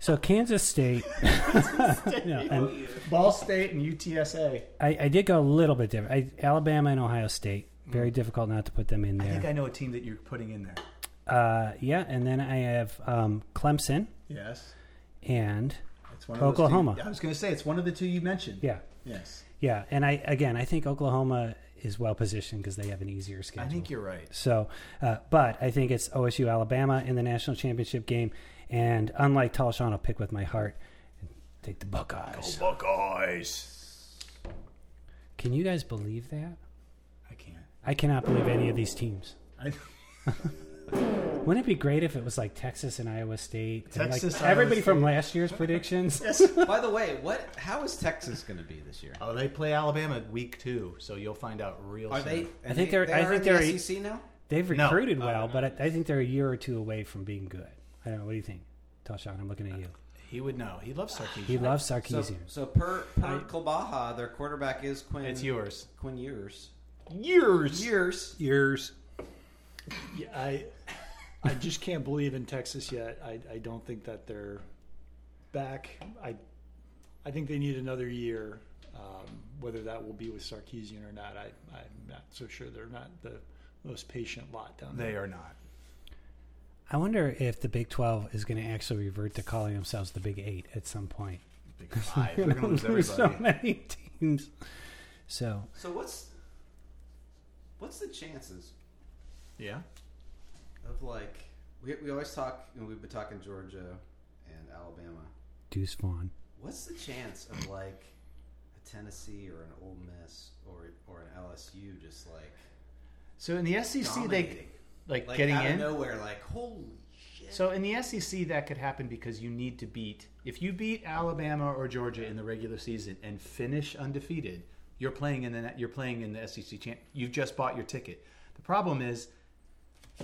Speaker 1: So Kansas State. No, and
Speaker 2: Ball State and UTSA.
Speaker 1: I, I did go a little bit different. I, Alabama and Ohio State. Very difficult not to put them in
Speaker 2: Mm. I think
Speaker 1: there.
Speaker 2: I know a team that you're putting in there.
Speaker 1: uh, yeah, and then I have um, Clemson
Speaker 2: Yes.
Speaker 1: and
Speaker 2: It's one
Speaker 1: Oklahoma.
Speaker 2: Of those two, I was going to say it's one of the two you mentioned.
Speaker 1: yeah,
Speaker 2: Yes.
Speaker 1: yeah. And I again, I think Oklahoma is well positioned because they have an easier schedule.
Speaker 2: I think you're right.
Speaker 1: So, uh, but I think it's OSU Alabama in the national championship game. And unlike Talshan, I'll pick with my heart and take the Buckeyes.
Speaker 2: Buckeyes.
Speaker 1: Can you guys believe that?
Speaker 2: I can't.
Speaker 1: I cannot believe any of these teams.
Speaker 2: I,
Speaker 1: Wouldn't it be great if it was like Texas and Iowa State? and, like,
Speaker 2: Texas, Iowa
Speaker 1: everybody from
Speaker 2: State.
Speaker 1: last year's predictions.
Speaker 4: it. By the way, what? How is Texas gonna be this year?
Speaker 2: oh, they play Alabama week two, so you'll find out real
Speaker 4: Are
Speaker 2: soon.
Speaker 4: they?
Speaker 1: I think
Speaker 4: they-
Speaker 1: they're-
Speaker 4: They
Speaker 1: I
Speaker 4: are
Speaker 1: think
Speaker 4: in the
Speaker 1: they're-
Speaker 4: SEC now.
Speaker 1: They've
Speaker 2: No.
Speaker 1: recruited well, but I, I think they're a year or two away from being good. I don't know. What do you think, Talshan? I'm looking at you.
Speaker 2: He would know. He loves Sarkisian.
Speaker 1: He loves
Speaker 4: So,
Speaker 1: Sarkisian.
Speaker 4: so per per Kalbaha, their quarterback is Quinn.
Speaker 2: it's yours.
Speaker 4: Quinn Years.
Speaker 2: Yours.
Speaker 4: Years.
Speaker 2: Yours.
Speaker 5: Yeah, I I just can't believe in Texas yet. I, I don't think that they're back. I I think they need another year. Um, whether that will be with Sarkeesian or not, I, I'm not so sure. They're not the most patient lot down there.
Speaker 2: They are not.
Speaker 1: I wonder if the Big 12 is going to actually revert to calling themselves the Big Eight at some point.
Speaker 2: Big five. They're going to lose
Speaker 1: There's so
Speaker 2: everybody.
Speaker 1: many teams. So
Speaker 4: So what's? What's the chances
Speaker 2: Yeah.
Speaker 4: of like we we always talk you know, we've been talking Georgia and Alabama.
Speaker 1: Deuce Vaughn.
Speaker 4: What's the chance of like a Tennessee or an Ole Miss or or an LSU just like
Speaker 2: So in the SEC, they
Speaker 4: dominating?
Speaker 2: like,
Speaker 4: like
Speaker 2: getting
Speaker 4: out
Speaker 2: in.
Speaker 4: of nowhere like holy shit.
Speaker 2: So in the SEC, that could happen because you need to beat. If you beat Alabama or Georgia in the regular season and finish undefeated, you're playing in the you're playing in the SEC champ. You've just bought your ticket. The problem is,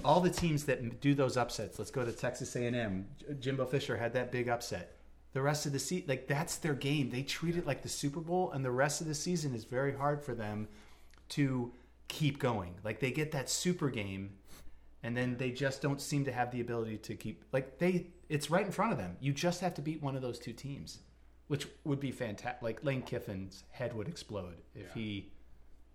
Speaker 2: all the teams that do those upsets. Let's go to Texas A&M. J- Jimbo Fisher had that big upset. The rest of the season, like that's their game. They treat it like the Super Bowl, and the rest of the season is very hard for them to keep going. Like they get that super game and then they just don't seem to have the ability to keep like they it's right in front of them you just have to beat one of those two teams which would be fantastic like lane kiffin's head would explode if he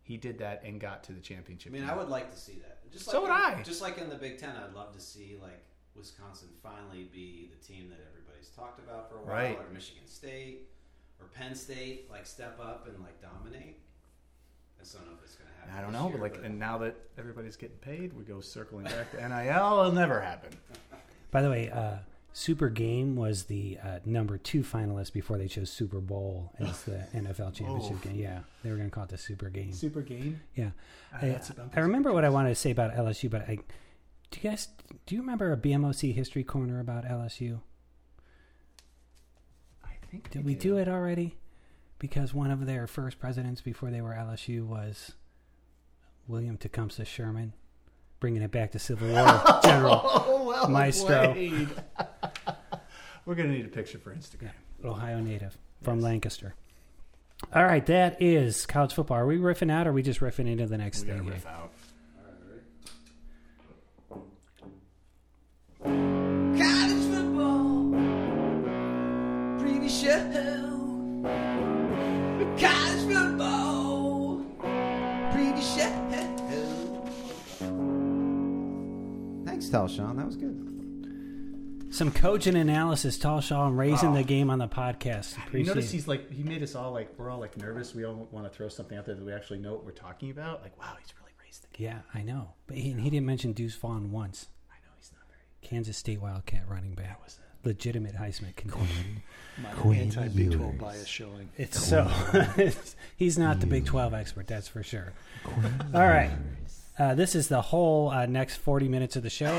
Speaker 2: he did that and got to the championship
Speaker 4: I mean, I would like to see that. Just like
Speaker 2: So would
Speaker 4: in-
Speaker 2: I.
Speaker 4: Just like in the Big Ten, I'd love to see like Wisconsin finally be the team that everybody's talked about for a while,
Speaker 2: Right.
Speaker 4: or Michigan State, or Penn State, like step up and like dominate. I just don't know if it's going to happen.
Speaker 2: I don't
Speaker 4: this
Speaker 2: know
Speaker 4: year,
Speaker 2: but like
Speaker 4: but
Speaker 2: and now that everybody's getting paid we go circling back to nil it'll never happen
Speaker 1: By the way, uh, Super Game was the uh, number two finalist before they chose Super Bowl as the NFL championship
Speaker 2: Oh.
Speaker 1: game. Yeah, they were going to call it the Super Game.
Speaker 2: super game Uh,
Speaker 1: Yeah, I,
Speaker 2: that's a bummer.
Speaker 1: I remember what I wanted to say about LSU, but I do you guys do you remember a BMOC history corner about LSU?
Speaker 2: i think
Speaker 1: Did we do it already? Because one of their first presidents before they were LSU was William Tecumseh Sherman, bringing it back to Civil War General
Speaker 2: oh well
Speaker 1: Maestro.
Speaker 2: played. we're gonna need a picture for instagram
Speaker 1: Ohio native from Lancaster. All right, that is college football. Are we riffing out, or are we just riffing into the next
Speaker 2: we gotta
Speaker 1: thing? here?
Speaker 2: riff out
Speaker 3: College football preview show. College football preview show.
Speaker 4: thanks, Talshawn. That was good.
Speaker 1: Some coaching analysis. Tall Shaw and raising the game on the podcast.
Speaker 2: Oh. You
Speaker 1: Appreciate
Speaker 2: notice
Speaker 1: it.
Speaker 2: he's like he made us all like we're all like nervous. We all want to throw something out there that we actually know what we're talking about. Like wow, he's really raised the game.
Speaker 1: Yeah, I know. But he, and he didn't mention Deuce Vaughn once.
Speaker 2: I know he's not very.
Speaker 1: Kansas State Wildcat running back.
Speaker 2: was
Speaker 1: Legitimate Heisman contender.
Speaker 5: My anti Big 12 bias showing.
Speaker 1: It's so. he's not the Big 12 expert, that's for sure. All right. Uh, this is the whole uh, next 40 minutes of the show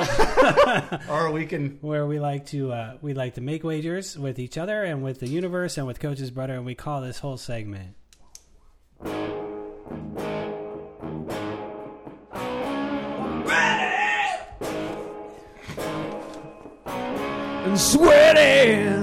Speaker 2: Or we can
Speaker 1: where we like to uh, we like to make wagers with each other and with the universe and with coach's brother and we call this whole segment
Speaker 3: And sweating.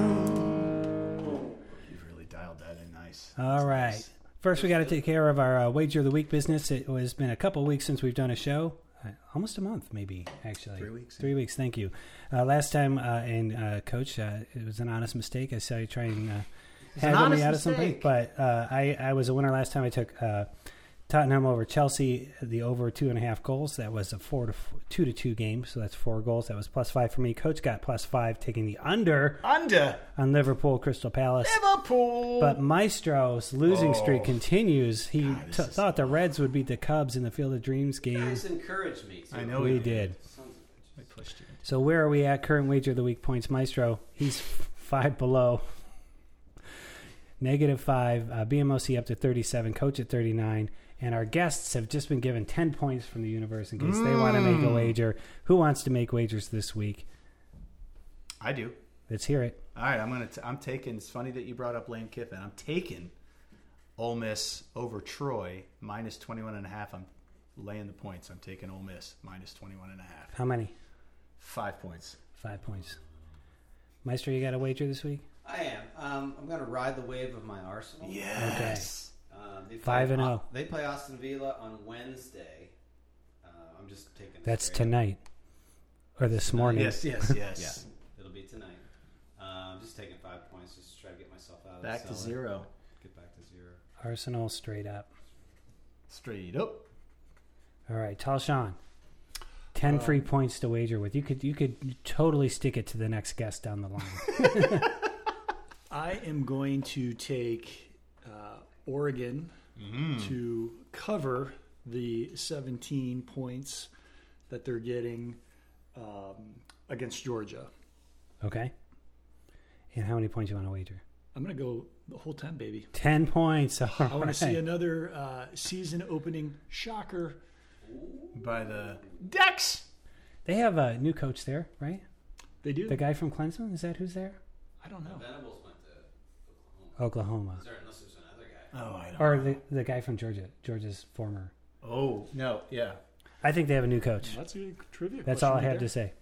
Speaker 2: you've really dialed that in nice.
Speaker 1: All right. First, we got to take care of our uh, wager of the week business. It has been a couple weeks since we've done a show, uh, almost a month, maybe actually.
Speaker 2: Three weeks,
Speaker 1: Three weeks. Thank you. Uh, last time, uh, and uh, Coach, uh, it was an honest mistake. I saw you try and uh,
Speaker 2: an
Speaker 1: haggle me
Speaker 2: honest
Speaker 1: out of something,
Speaker 2: mistake.
Speaker 1: but uh, I I was a winner last time. I took. Uh, Tottenham over Chelsea, the over two and a half goals. That was a four to f- two to two game, so that's four goals. That was plus five for me. Coach got plus five, taking the under
Speaker 2: Under
Speaker 1: on Liverpool Crystal Palace.
Speaker 2: Liverpool.
Speaker 1: But Maestro's losing
Speaker 2: Oh.
Speaker 1: streak continues. He
Speaker 2: God, this
Speaker 1: t-
Speaker 2: is-
Speaker 1: thought the Reds would beat the Cubs in the Field of Dreams
Speaker 4: You
Speaker 1: game.
Speaker 4: guys encouraged me. Too.
Speaker 2: I know
Speaker 1: We
Speaker 2: he
Speaker 1: did.
Speaker 4: Sons of
Speaker 2: I pushed you.
Speaker 1: So where are we at? Current wager of the week points. Maestro, he's f- five below. Negative five. Uh, BMOC up to 37. Coach at 39. And our guests have just been given 10 points from the universe in case they want to
Speaker 2: Hmm.
Speaker 1: make a wager. Who wants to make wagers this week?
Speaker 2: I do.
Speaker 1: Let's hear it.
Speaker 2: All right, I'm gonna. T- I'm taking. It's funny that you brought up Lane Kiffin. I'm taking Ole Miss over Troy minus 21 and a half. I'm laying the points. I'm taking Ole Miss minus 21 and a half.
Speaker 1: How many?
Speaker 2: Five points.
Speaker 1: Five points. Maestro, you got a wager this week?
Speaker 4: I am. Um, I'm going to ride the wave of my Arsenal.
Speaker 2: Yes.
Speaker 4: Um, they play-
Speaker 1: Five and
Speaker 4: Au-
Speaker 1: oh.
Speaker 4: They play Austin Villa on Wednesday. Uh, I'm just taking. a
Speaker 1: That's
Speaker 4: straight up.
Speaker 1: tonight. Or this morning.
Speaker 2: Yes. Yes. Yes.
Speaker 4: Yeah, it'll be tonight. Um, just taking five points just to try to get myself out of the
Speaker 2: Back to
Speaker 4: cellar.
Speaker 2: zero.
Speaker 4: Get back to zero.
Speaker 1: Arsenal straight up.
Speaker 2: Straight up.
Speaker 1: All right, Tall Sean. Ten
Speaker 8: Uh,
Speaker 1: free points to wager with. You could you could totally stick it to the next guest down the line.
Speaker 5: I am going to take uh, Oregon to cover
Speaker 8: the 17 points that they're getting um, against Georgia.
Speaker 1: Okay. And how many points you want to wager?
Speaker 8: I'm going to go the whole 10, baby.
Speaker 1: Ten points. All
Speaker 8: I want to see
Speaker 1: right.
Speaker 8: another uh, season opening shocker.
Speaker 2: by the
Speaker 8: Dex!
Speaker 1: They have a new coach there, right?
Speaker 8: They do?
Speaker 1: The guy from Clemson is that who's there?
Speaker 8: I
Speaker 5: Oh.
Speaker 8: don't know.
Speaker 4: Venables went to Oklahoma.
Speaker 1: Oklahoma,
Speaker 4: Is there, unless there's another guy.
Speaker 2: oh I don't
Speaker 1: or the the guy from Georgia, Georgia's former.
Speaker 2: oh no yeah
Speaker 1: I think they have a new coach.
Speaker 8: That's a trivia
Speaker 1: That's
Speaker 8: question
Speaker 1: all I
Speaker 8: right
Speaker 1: have
Speaker 8: there.
Speaker 1: to say.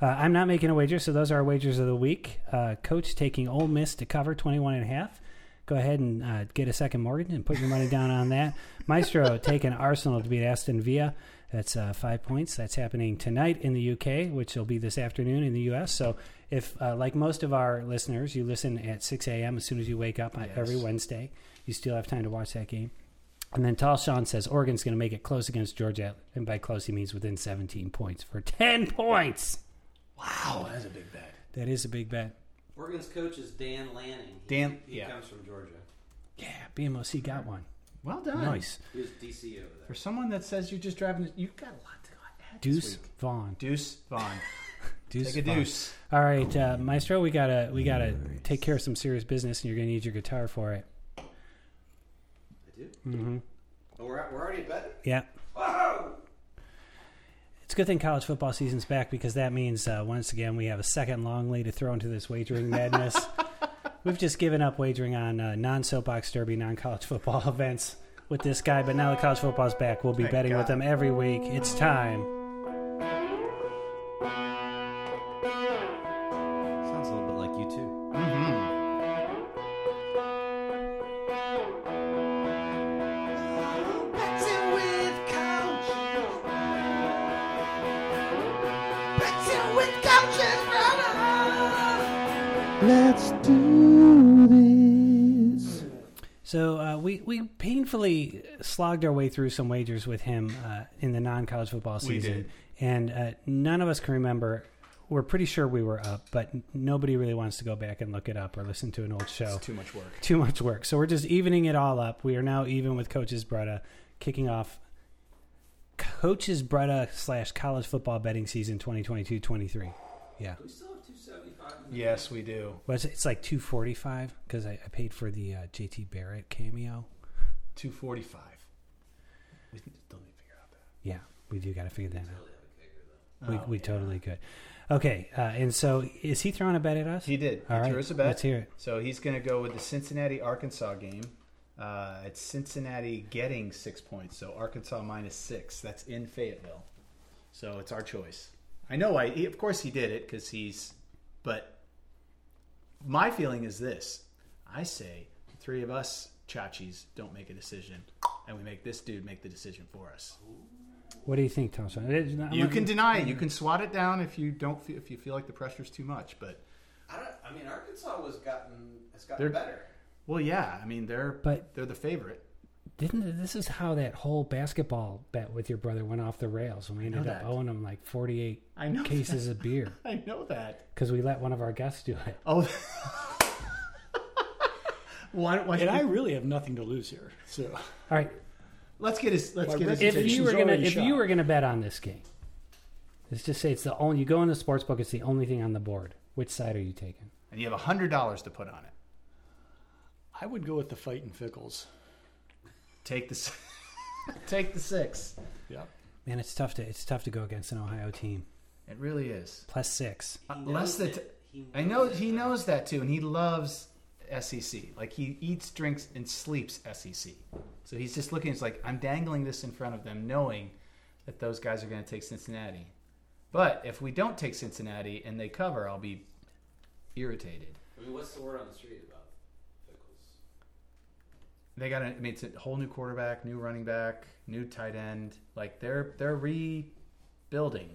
Speaker 1: Uh, I'm not making a wager, so those are our wagers of the week. Uh, coach taking Ole Miss to cover 21 and a half. Go ahead and uh, get a second mortgage and put your money down on that. Maestro taking Arsenal to beat Aston Villa. That's uh, five points. That's happening tonight in the UK, which will be this afternoon in the US. So, if uh, like most of our listeners, you listen at 6 a.m. as soon as you wake up on every Wednesday, you still have time to watch that game. And then Tall Sean says Oregon's going to make it close against Georgia, and by close he means within 17 points for 10 points.
Speaker 2: wow Oh, that's a big bet
Speaker 1: That is a big bet.
Speaker 4: Oregon's coach is Dan Lanning. He-
Speaker 2: Dan-
Speaker 4: he
Speaker 2: yeah.
Speaker 4: comes from Georgia.
Speaker 1: Yeah, BMOC got one.
Speaker 2: well done
Speaker 1: Nice.
Speaker 4: He was DC over
Speaker 2: for
Speaker 4: there.
Speaker 2: someone that says you're just driving you've got a lot to go ahead this
Speaker 1: Deuce
Speaker 2: week.
Speaker 1: Vaughn.
Speaker 2: Deuce Vaughn
Speaker 1: Deuce
Speaker 2: take a
Speaker 1: Vaughn.
Speaker 2: deuce
Speaker 1: All right, uh, Maestro, we gotta we gotta take care of some serious business, and you're gonna need your guitar for it.
Speaker 4: I do. Mm-hmm. Oh, we're, at- we're already betting.
Speaker 1: Yeah. It's a good thing college football season's back because that means uh, once again we have a second long lay to throw into this wagering madness. We've just given up wagering on uh, non soapbox derby, non college football events with this guy, but now the college football's back. We'll be
Speaker 2: Thank
Speaker 1: betting with
Speaker 2: God.
Speaker 1: them every week. It's time.
Speaker 4: Sounds a little bit like you too.
Speaker 3: Betting with coach. Betting with coaches, brother. Let's do this.
Speaker 1: So uh, we we painfully slogged our way through some wagers with him uh, in the non college football
Speaker 2: We
Speaker 1: season,
Speaker 2: did.
Speaker 1: and uh, none of us can remember. We're pretty sure we were up, but n- nobody really wants to go back and look it up or listen to an old show.
Speaker 2: too much work
Speaker 1: too much work. So we're just evening it all up. We are now even with Coaches Bretta, kicking off Coaches Bretta slash college football betting season 2022-23. Yeah.
Speaker 4: We still have 275.
Speaker 2: yes we do
Speaker 1: Well, it's, it's like 245 because I, I paid for the uh, JT Barrett cameo.
Speaker 2: 245 we still need to figure out that
Speaker 1: Yeah, we do got to figure that out.
Speaker 2: Oh,
Speaker 1: we we
Speaker 2: yeah.
Speaker 1: totally could. Okay, uh, and so is he throwing a bet at us?
Speaker 2: He did.
Speaker 1: All
Speaker 2: he
Speaker 1: right,
Speaker 2: threw us a bet.
Speaker 1: let's hear it.
Speaker 2: So he's going to go with the Cincinnati Arkansas game. Uh, it's Cincinnati getting six points, so Arkansas minus six. That's in Fayetteville. So it's our choice. I know. I he, of course he did it because he's. But my feeling is this: I say the three of us chachis don't make a decision, and we make this dude make the decision for us.
Speaker 1: What do you think, Thompson? It is not-
Speaker 2: You can deny it. You can swat it down if you don't. Feel, if you feel like the pressure's too much, but
Speaker 4: I, don't, I mean, Arkansas was gotten has gotten
Speaker 2: They're-
Speaker 4: better.
Speaker 2: well, yeah. I mean, they're
Speaker 1: But-
Speaker 2: they're the favorite.
Speaker 1: Didn't this is how that whole basketball bet with your brother went off the rails, and we ended up
Speaker 2: that.
Speaker 1: owing him like forty-eight
Speaker 2: I know
Speaker 1: cases of beer
Speaker 2: I know that.
Speaker 1: because we let one of our guests do it.
Speaker 2: Oh. why don't, why
Speaker 8: And
Speaker 2: should
Speaker 8: I
Speaker 2: we,
Speaker 8: really have nothing to lose here. So
Speaker 1: All right,
Speaker 2: let's get his let's
Speaker 8: Why,
Speaker 2: get his
Speaker 1: if
Speaker 8: It's
Speaker 1: you
Speaker 2: attention.
Speaker 1: were gonna
Speaker 8: already
Speaker 1: if
Speaker 8: shot.
Speaker 1: you were gonna bet on this game, let's just say it's the only you go in the sports book. It's the only thing on the board. Which side are you taking?
Speaker 2: and you have hundred dollars to put on it.
Speaker 8: I would go with the fight and fickles.
Speaker 2: Take the s- take the six.
Speaker 8: Yeah.
Speaker 1: Man, it's tough to it's tough to go against an Ohio team
Speaker 2: It really is.
Speaker 1: plus six.
Speaker 2: Uh,
Speaker 4: knows
Speaker 2: less than
Speaker 4: it.
Speaker 2: t-
Speaker 4: He
Speaker 2: I know
Speaker 4: knows
Speaker 2: he
Speaker 4: it.
Speaker 2: knows that too, and he loves SEC. Like he eats, drinks, and sleeps SEC. So he's just looking. It's like I'm dangling this in front of them, knowing that those guys are going to take Cincinnati. But if we don't take Cincinnati and they cover, I'll be irritated.
Speaker 4: I mean, what's the word on the street about Pickles?
Speaker 2: They got. A, I mean, it's a whole new quarterback, new running back, new tight end. Like they're they're rebuilding.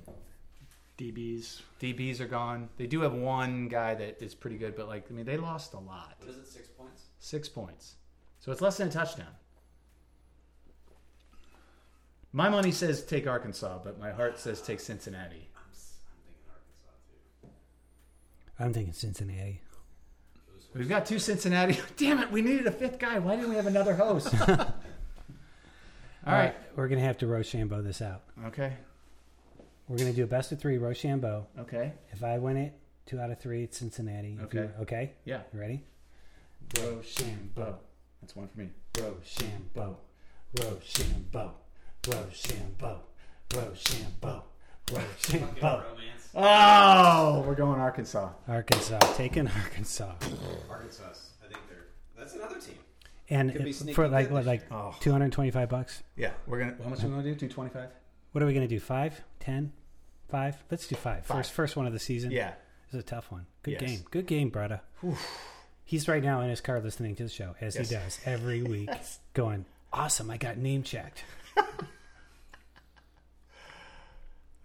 Speaker 8: DBs.
Speaker 2: DBs are gone. They do have one guy that is pretty good, but like I mean, they lost a lot.
Speaker 4: What is it? Six points.
Speaker 2: Six points. So it's less than a touchdown. My money says take Arkansas, but my heart says take Cincinnati.
Speaker 4: I'm, s- I'm thinking Arkansas too.
Speaker 1: I'm thinking Cincinnati.
Speaker 2: We've got two Cincinnati. Damn it, we needed a fifth guy. Why didn't we have another host? All right,
Speaker 1: we're gonna have to Rochambeau this out.
Speaker 2: Okay.
Speaker 1: We're gonna do a best of three Rochambeau.
Speaker 2: Okay.
Speaker 1: If I win it, two out of three, it's Cincinnati. If
Speaker 2: Okay.
Speaker 1: you- okay.
Speaker 2: Yeah.
Speaker 1: You ready?
Speaker 2: Rochambeau. That's one for me.
Speaker 1: Rochambeau. Rochambeau. Rochambeau. Rochambeau. Rochambeau.
Speaker 4: Romance.
Speaker 2: Oh, we're going Arkansas.
Speaker 1: Arkansas. Taking Arkansas.
Speaker 4: Arkansas. I think they're. That's another team.
Speaker 1: And
Speaker 4: Could be
Speaker 1: it-
Speaker 4: sneaky
Speaker 1: for like
Speaker 4: good
Speaker 1: what,
Speaker 4: this
Speaker 1: like
Speaker 2: Oh.
Speaker 1: two hundred and twenty five bucks.
Speaker 2: Yeah, we're gonna. How much are we gonna do? Two twenty-five.
Speaker 1: What are we gonna do? Five? Ten? Five? Let's do five. First first one of the season.
Speaker 2: Yeah.
Speaker 1: It's a tough one. Good
Speaker 2: Yes.
Speaker 1: game. Good game, Brada. He's right now in his car listening to the show, as
Speaker 2: Yes.
Speaker 1: he does every week, going, Awesome, I got name checked.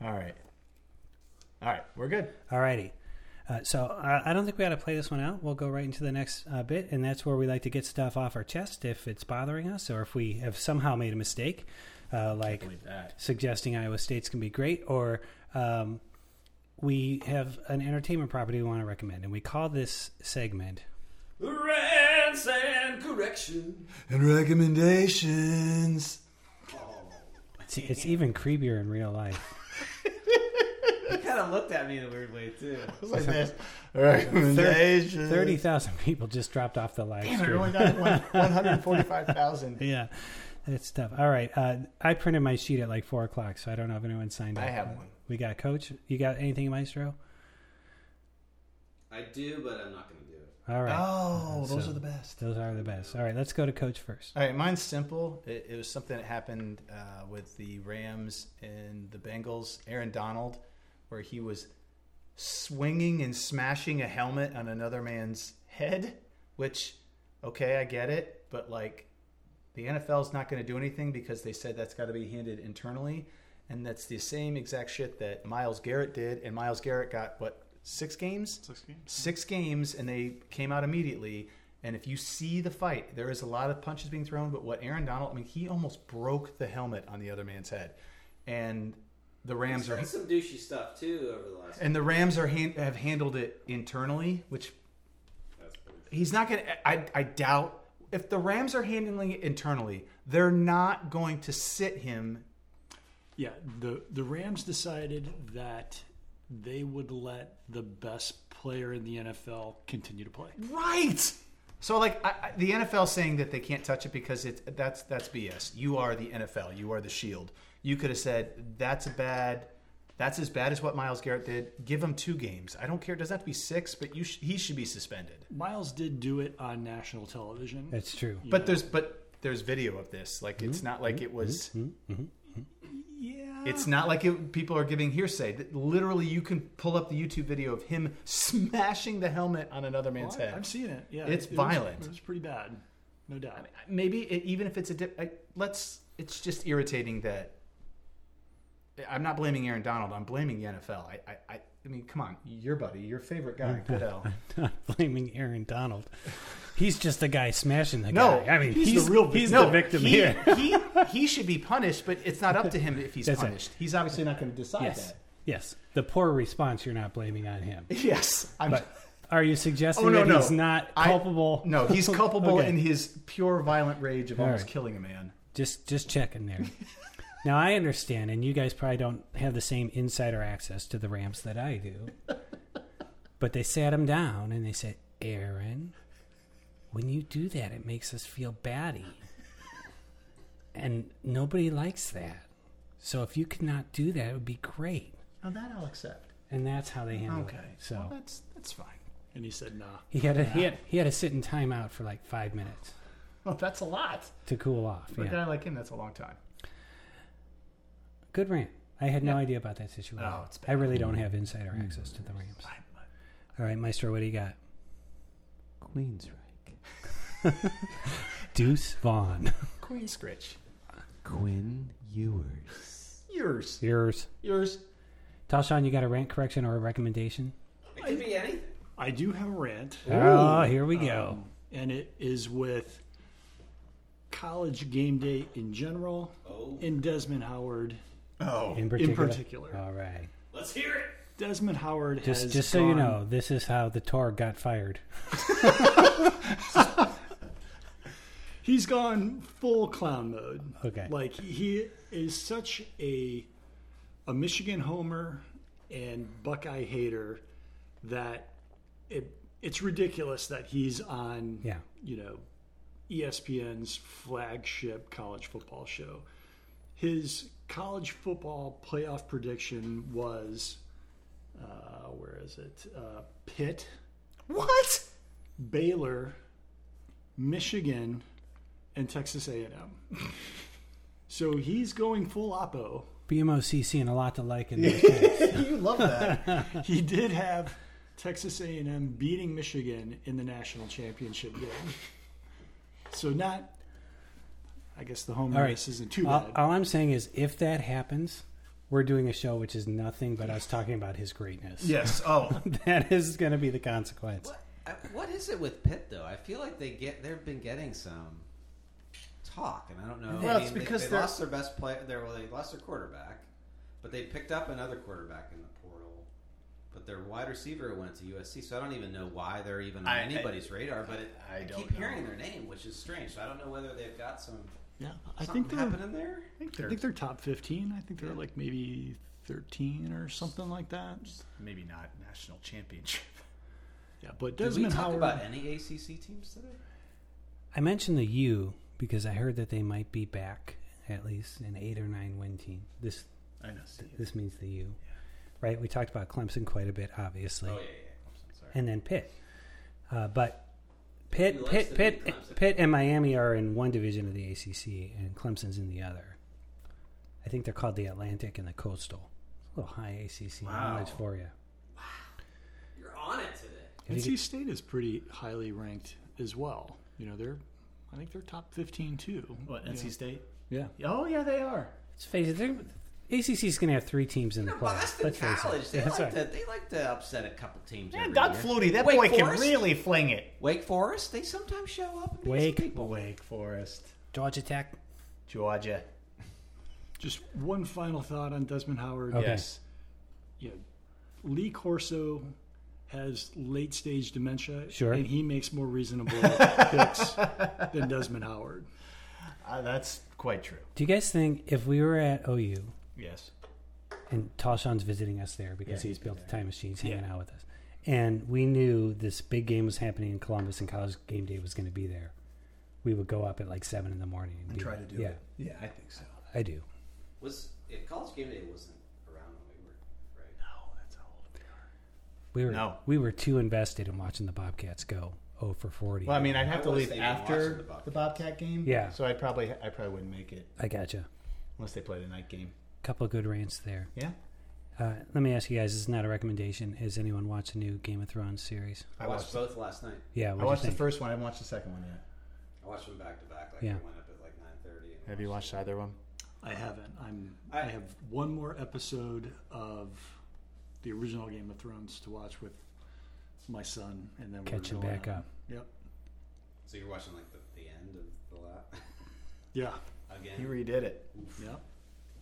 Speaker 2: All right. All right. We're good.
Speaker 1: Alrighty. Uh, so I, I don't think we ought to play this one out. We'll go right into the next uh, bit, and that's where we like to get stuff off our chest if it's bothering us or if we have somehow made a mistake, uh, like
Speaker 2: that.
Speaker 1: suggesting Iowa State's can be great, or um, we have an entertainment property we want to recommend, and we call this segment
Speaker 4: Rants and correction.
Speaker 2: And recommendations.
Speaker 1: It's, it's
Speaker 2: e-
Speaker 1: even creepier in real life.
Speaker 4: He kind of looked at me in a weird way too.
Speaker 2: Like this. Recommendations.
Speaker 1: Thirty thousand people just dropped off the live
Speaker 2: Damn, it,
Speaker 1: stream.
Speaker 2: we only got one- 145,000.
Speaker 1: Yeah, that's tough. All right, uh, I printed my sheet at like four o'clock, so I don't know if anyone signed up.
Speaker 2: I have one.
Speaker 1: We got coach. You got anything, Maestro?
Speaker 4: I do, but I'm not going to do it.
Speaker 1: All right,
Speaker 2: Oh, those
Speaker 1: So-
Speaker 2: are the best.
Speaker 1: those are the best. All right, let's go to coach first.
Speaker 2: All right, mine's simple. It, it was something that happened uh, with the Rams and the Bengals. Aaron Donald, where he was swinging and smashing a helmet on another man's head, which, okay, I get it, but like the NFL's not going to do anything because they said that's got to be handed internally. And that's the same exact shit that Miles Garrett did. And Miles Garrett got, what, six games?
Speaker 5: Six games.
Speaker 2: six games and they came out immediately. And if you see the fight, there is a lot of punches being thrown. But what Aaron Donald, I mean, he almost broke the helmet on the other man's head, and the Rams are
Speaker 4: There's some douchey stuff too over the last.
Speaker 2: and the Rams are han- have handled it internally, which
Speaker 4: That's pretty-
Speaker 2: he's not going to. I I doubt if the Rams are handling it internally, they're not going to sit him.
Speaker 5: Yeah, the the Rams decided that they would let the best player in the NFL continue to play.
Speaker 2: Right. So like I, I, the NFL saying that they can't touch it because it's that's that's BS. You are the NFL. You are the shield. You could have said that's a bad. That's as bad as what Miles Garrett did. Give him two games. I don't care. It doesn't have to be six, but you sh- he should be suspended.
Speaker 5: Miles did do it on national television.
Speaker 1: That's true.
Speaker 2: But there's but there's video of this. Like it's not like it was.
Speaker 5: yeah.
Speaker 2: Mm-hmm. It's not like it, people are giving hearsay. That Literally, you can pull up the YouTube video of him smashing the helmet on another man's
Speaker 5: Well, I-
Speaker 2: head.
Speaker 5: I've seen it. Yeah,
Speaker 2: It's
Speaker 5: it was-
Speaker 2: violent.
Speaker 5: it was pretty bad, no doubt.
Speaker 2: maybe it, even if it's a dip, I, let's it's just irritating that i'm not blaming aaron donald i'm blaming the nfl i i, I, I mean come on your buddy your favorite guy goodell
Speaker 1: Not blaming Aaron Donald. He's just the guy smashing the
Speaker 2: No,
Speaker 1: guy. I mean,
Speaker 5: he's
Speaker 1: he's,
Speaker 5: the real victim.
Speaker 1: he's
Speaker 2: no
Speaker 1: the victim
Speaker 2: he,
Speaker 1: here.
Speaker 2: he he should be punished but it's not up to him if he's
Speaker 1: That's it.
Speaker 2: punished he's obviously not going to decide
Speaker 1: Yes,
Speaker 2: that
Speaker 1: yes. The poor response you're not blaming on him.
Speaker 2: yes i'm
Speaker 1: But are you suggesting
Speaker 2: Oh, no,
Speaker 1: that
Speaker 2: no.
Speaker 1: he's not
Speaker 2: I-
Speaker 1: culpable?
Speaker 2: no he's culpable
Speaker 1: Okay.
Speaker 2: in his pure violent rage of almost
Speaker 1: right.
Speaker 2: killing a man
Speaker 1: Just just checking there. now I understand, and you guys probably don't have the same insider access to the Rams that I do. but they sat him down and they said, Aaron, when you do that it makes us feel batty. And nobody likes that. So if you could not do that, it would be great.
Speaker 2: now that i'll accept
Speaker 1: And that's how they handle it.
Speaker 2: okay
Speaker 1: So
Speaker 2: well, that's that's fine
Speaker 5: And he said, "Nah."
Speaker 1: he had a, he had he had to sit in timeout for like five minutes
Speaker 2: well that's a lot
Speaker 1: to cool off.
Speaker 2: for a
Speaker 1: yeah.
Speaker 2: guy like him that's a long time
Speaker 1: Good rant. I had no idea about that situation.
Speaker 2: Oh, it's
Speaker 1: I really don't have insider
Speaker 5: Mm.
Speaker 1: access to the Rams. All right, Maestro, what do you got?
Speaker 4: Queensryche.
Speaker 1: Deuce Vaughn.
Speaker 2: queen scritch
Speaker 4: Quinn Ewers.
Speaker 2: yours
Speaker 1: Yours.
Speaker 2: yours
Speaker 1: Tashawn, you got a rant correction or a recommendation?
Speaker 4: It could be anything.
Speaker 5: I do have a rant.
Speaker 1: Oh, here we go.
Speaker 5: Um, and it is with college game day in general
Speaker 4: Oh,
Speaker 5: and Desmond Howard
Speaker 2: oh
Speaker 1: in particular.
Speaker 5: in particular.
Speaker 1: All right.
Speaker 4: let's hear it.
Speaker 5: Desmond Howard
Speaker 1: Just
Speaker 5: has
Speaker 1: just so you
Speaker 5: gone-
Speaker 1: know, this is how the Tor got fired.
Speaker 5: he's gone full clown mode.
Speaker 1: Okay.
Speaker 5: Like he is such a a Michigan homer and Buckeye hater that it it's ridiculous that he's on
Speaker 1: Yeah.
Speaker 5: you know E ESPN's flagship college football show. His college football playoff prediction was uh, where is it? Uh, Pitt,
Speaker 2: What?
Speaker 5: Baylor, Michigan, and Texas A&M. so he's going full oppo.
Speaker 1: BMOC seeing a lot to like in those games.
Speaker 2: You love that.
Speaker 5: He did have Texas A&M beating Michigan in the national championship game. So not, I guess the home
Speaker 1: All right.
Speaker 5: race isn't too
Speaker 1: all,
Speaker 4: Uh,
Speaker 5: bad.
Speaker 1: all I'm saying is, if that happens, we're doing a show which is nothing but us talking about his greatness.
Speaker 2: yes. Oh,
Speaker 1: That is going to be the consequence.
Speaker 4: What, I- what is it with Pitt though? I feel like they get they've been getting some talk, and I don't know.
Speaker 2: Well,
Speaker 4: I
Speaker 2: it's
Speaker 4: they-
Speaker 2: because
Speaker 4: they,
Speaker 2: they're-
Speaker 4: lost their best player. Their, well, they lost their quarterback, but they picked up another quarterback in the portal. But their wide receiver went to USC, so I don't even know why they're even on
Speaker 2: I- I-
Speaker 4: anybody's radar. But it,
Speaker 2: I
Speaker 4: I,
Speaker 2: don't
Speaker 4: keep hearing their name, which is strange. So I don't know whether they've got some
Speaker 5: yeah, I
Speaker 4: something
Speaker 5: think they're
Speaker 4: happening there.
Speaker 5: I think they're, I think they're top 15. I think they're like maybe 13 or something like that.
Speaker 2: maybe not national championship.
Speaker 5: Yeah, but
Speaker 4: Did we
Speaker 5: Desmond
Speaker 4: talk
Speaker 5: Howard.
Speaker 4: about any ACC teams today?
Speaker 1: I mentioned the U because I heard that they might be back at least an eight or nine win team. This
Speaker 2: I know.
Speaker 1: this means the U, right? We talked about Clemson quite a bit, obviously,
Speaker 4: Oh yeah, yeah. yeah. Sorry.
Speaker 1: and then Pitt. Uh, but Pitt,
Speaker 4: Who likes
Speaker 1: Pitt,
Speaker 4: to
Speaker 1: Pitt,
Speaker 4: beat Clemson?
Speaker 1: Pitt, and Miami are in one division of the ACC, and Clemson's in the other. I think they're called the Atlantic and the Coastal. A little high ACC knowledge for you.
Speaker 4: You're on it today.
Speaker 5: NC State is pretty highly ranked as well. You know, they're I think they're top 15 too.
Speaker 2: What
Speaker 5: yeah.
Speaker 2: NC State?
Speaker 5: Yeah.
Speaker 2: Oh yeah, they are.
Speaker 1: Let's face it, they're- ACC's going to have three teams in the
Speaker 4: No,
Speaker 1: playoffs.
Speaker 4: Boston
Speaker 1: Let's face
Speaker 4: College,
Speaker 1: it.
Speaker 4: they
Speaker 1: That's
Speaker 4: like,
Speaker 1: right.
Speaker 4: to, they like to upset a couple teams. every
Speaker 2: Doug
Speaker 4: year.
Speaker 2: Flutie, that
Speaker 4: Wake
Speaker 2: boy can
Speaker 4: Forest?
Speaker 2: really fling it.
Speaker 4: Wake Forest, they sometimes show up. And beat
Speaker 1: Wake.
Speaker 4: some people.
Speaker 2: Wake Forest,
Speaker 1: Georgia Tech.
Speaker 2: Georgia.
Speaker 5: Just one final thought on Desmond Howard.
Speaker 1: Okay.
Speaker 2: Yes.
Speaker 5: You know, Lee Corso has late stage dementia
Speaker 1: Sure.
Speaker 5: and he makes more reasonable picks than Desmond Howard.
Speaker 2: Uh, that's quite true.
Speaker 1: Do you guys think if we were at OU
Speaker 2: Yes.
Speaker 1: and Tashawn's visiting us there because
Speaker 2: Yeah,
Speaker 1: he's
Speaker 2: he's
Speaker 1: built
Speaker 2: there.
Speaker 1: a time machine, he's hanging
Speaker 2: Yeah.
Speaker 1: out with us, and we knew this big game was happening in Columbus and College Game Day was going to be there, we would go up at like seven in the morning and, be
Speaker 2: Try to
Speaker 1: there.
Speaker 2: do
Speaker 1: yeah,
Speaker 2: it. Yeah, I think so.
Speaker 1: I do.
Speaker 4: Was if college game day wasn't around when we were right?
Speaker 2: Oh, that's how old we
Speaker 1: We
Speaker 2: are.
Speaker 1: were
Speaker 2: No.
Speaker 1: we were too invested in watching the Bobcats go oh for forty.
Speaker 2: Well, I mean, I'd have
Speaker 4: I
Speaker 2: to
Speaker 4: was
Speaker 2: leave
Speaker 4: thinking
Speaker 2: after
Speaker 4: watching
Speaker 2: the
Speaker 4: the
Speaker 2: Bobcat.
Speaker 4: Bobcats.
Speaker 2: game.
Speaker 1: Yeah.
Speaker 2: So I probably I probably wouldn't make it
Speaker 1: I gotcha.
Speaker 2: unless they play the night game.
Speaker 1: Couple of good rants there.
Speaker 2: Yeah.
Speaker 1: Uh, let me ask you guys. This is not a recommendation. Has anyone watched the new Game of Thrones series?
Speaker 4: I watched both last night.
Speaker 1: Yeah,
Speaker 2: I
Speaker 1: what
Speaker 2: watched
Speaker 1: you
Speaker 2: the
Speaker 1: think?
Speaker 2: first one. I haven't watched the second one yet.
Speaker 4: I watched them back to back. Like
Speaker 1: Yeah.
Speaker 4: I went up at like nine thirty.
Speaker 2: Have you watched either one?
Speaker 5: I haven't. I'm I
Speaker 4: I-
Speaker 5: have one more episode of the original Game of Thrones to watch with my son and then we're
Speaker 1: catching
Speaker 5: going
Speaker 1: back
Speaker 5: on.
Speaker 1: up.
Speaker 5: Yep.
Speaker 4: So you're watching like the, the end of the lap
Speaker 5: Yeah.
Speaker 2: He
Speaker 4: again.
Speaker 2: redid it.
Speaker 5: Yeah.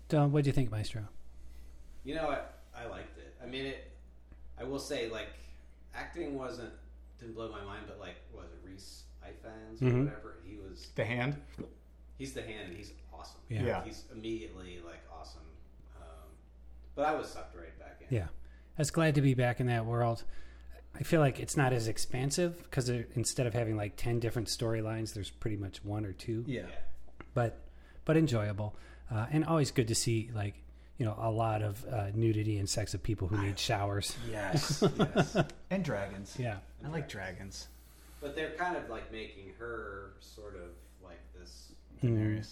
Speaker 1: Don, what do you think, Maestro?
Speaker 4: You know, I I liked it. I mean, it. I will say, like, acting wasn't didn't blow my mind, but like, was it Reese Ifans or
Speaker 1: Mhm.
Speaker 4: whatever? He was
Speaker 2: The hand.
Speaker 4: He's the hand, and he's awesome.
Speaker 1: Yeah.
Speaker 2: Yeah.
Speaker 4: he's immediately like awesome. Um, but I was sucked right back in.
Speaker 1: Yeah. I was glad to be back in that world. I feel like it's not as expansive because instead of having like 10 different storylines, there's pretty much one or two,
Speaker 2: Yeah.
Speaker 1: but, but enjoyable. Uh, and always good to see like, you know, a lot of uh, nudity and sex of people who need showers.
Speaker 2: Yes. yes. And dragons.
Speaker 1: Yeah.
Speaker 2: I like dragons.
Speaker 4: But they're kind of like making her sort of like this
Speaker 1: Mm.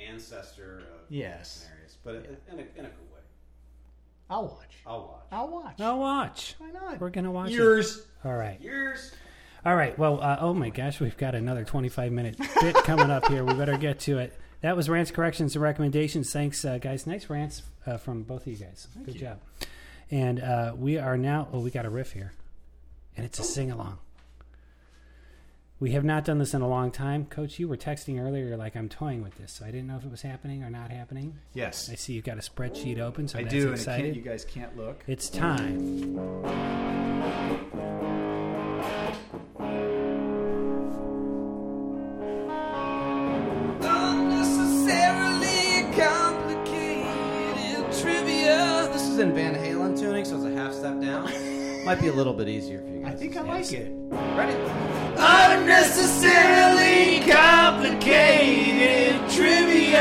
Speaker 4: ancestor of
Speaker 2: Yes.
Speaker 4: Daenerys, but in, a, in a cool way.
Speaker 2: I'll watch.
Speaker 4: I'll watch.
Speaker 2: I'll watch.
Speaker 1: Now watch.
Speaker 2: Why not?
Speaker 1: We're going to watch it.
Speaker 2: Yours.
Speaker 1: All right.
Speaker 4: Years.
Speaker 1: All right. Well, uh, oh my gosh, we've got another 25 minute bit coming up here. We better get to it. That was Rants, Corrections, and Recommendations. Thanks, uh, guys. Nice rants uh, from both of you guys. Good job. And uh, we are now, oh, we got a riff here. And it's a sing along. We have not done this in a long time. Coach, you were texting earlier, you're like, I'm toying with this. So I didn't know if it was happening or not happening.
Speaker 2: Yes.
Speaker 1: I see you've got a spreadsheet open, so
Speaker 2: I
Speaker 1: that's
Speaker 2: do, and it
Speaker 1: exciting.
Speaker 2: can't, you guys can't look.
Speaker 1: It's time.
Speaker 4: was in Van Halen tuning, so it's a half step down. Might be a little bit easier for you guys.
Speaker 2: I think I like it.
Speaker 4: Ready?
Speaker 2: Unnecessarily complicated trivia.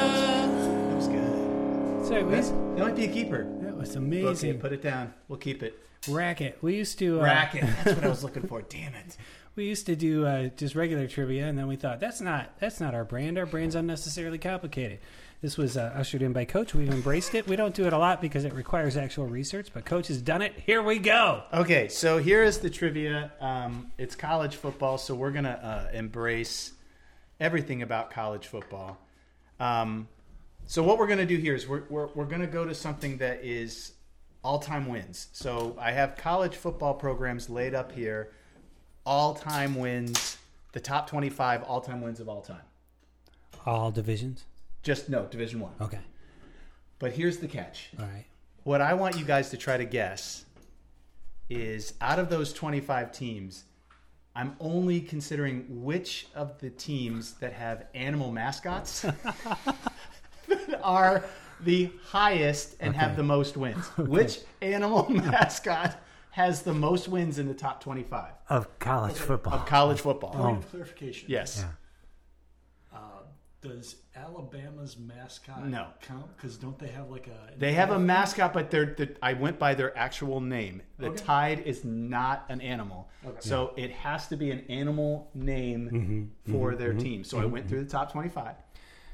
Speaker 2: That was good.
Speaker 1: So we,
Speaker 2: That's, that might be a keeper.
Speaker 1: that was
Speaker 2: Okay,
Speaker 1: amazing.
Speaker 2: put it down. We'll keep it.
Speaker 1: Racket. We used to uh,
Speaker 2: Racket. That's what I was looking for. Damn it.
Speaker 1: We used to do uh, just regular trivia, and then we thought that's not that's not our brand. Our brand's unnecessarily complicated. This was uh, ushered in by Coach. We've embraced it. We don't do it a lot because it requires actual research, but Coach has done it. Here we go.
Speaker 2: Okay, so here is the trivia. Um, it's college football, so we're gonna uh, embrace everything about college football. Um, so what we're gonna do here is we're we're, we're gonna go to something that is all time wins. So I have college football programs laid up here, all time wins, the top twenty five all time wins of all time.
Speaker 1: All divisions.
Speaker 2: Just no Division One.
Speaker 1: Okay.
Speaker 2: But here's the catch.
Speaker 1: All right.
Speaker 2: What I want you guys to try to guess is out of those 25 teams, I'm only considering which of the teams that have animal mascots that are the highest and have
Speaker 1: Okay.
Speaker 2: the most wins. Which animal mascot has the most wins in the top 25
Speaker 1: Of college football.
Speaker 2: of college
Speaker 1: Oh.
Speaker 2: football?
Speaker 8: Point of clarification.
Speaker 2: Yes.
Speaker 8: Does Alabama's mascot
Speaker 2: No.
Speaker 8: count? Because don't they have like a?
Speaker 2: They have a mascot, but they're, they I went by their actual name. The
Speaker 8: Okay.
Speaker 2: Tide is not an animal, so it has to be an animal name for their team. So I went through the top twenty-five.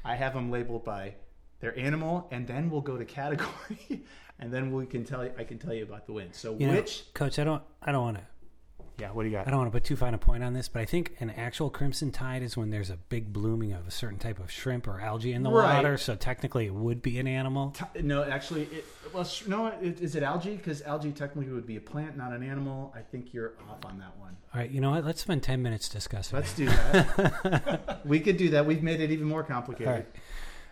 Speaker 2: I have them labeled by their animal, and then we'll go to category, and then we can tell you. I can tell you about the win. So
Speaker 1: You know,
Speaker 2: which?
Speaker 1: Coach, I don't I don't want to
Speaker 2: Yeah. What do you
Speaker 1: I
Speaker 2: got?
Speaker 1: don't want to put too fine a point on this, but I think an actual crimson tide is when there's a big blooming of a certain type of shrimp or algae in the
Speaker 2: Right.
Speaker 1: water. So technically, it would be an animal.
Speaker 2: Ti- No, actually, it, well, sh- no. It, is it algae? Because algae technically would be a plant, not an animal. I think you're off on that one.
Speaker 1: All right. You know what? Let's spend ten minutes discussing.
Speaker 2: Let's
Speaker 1: it.
Speaker 2: do that. we could do that. We've made it even more complicated.
Speaker 1: All right.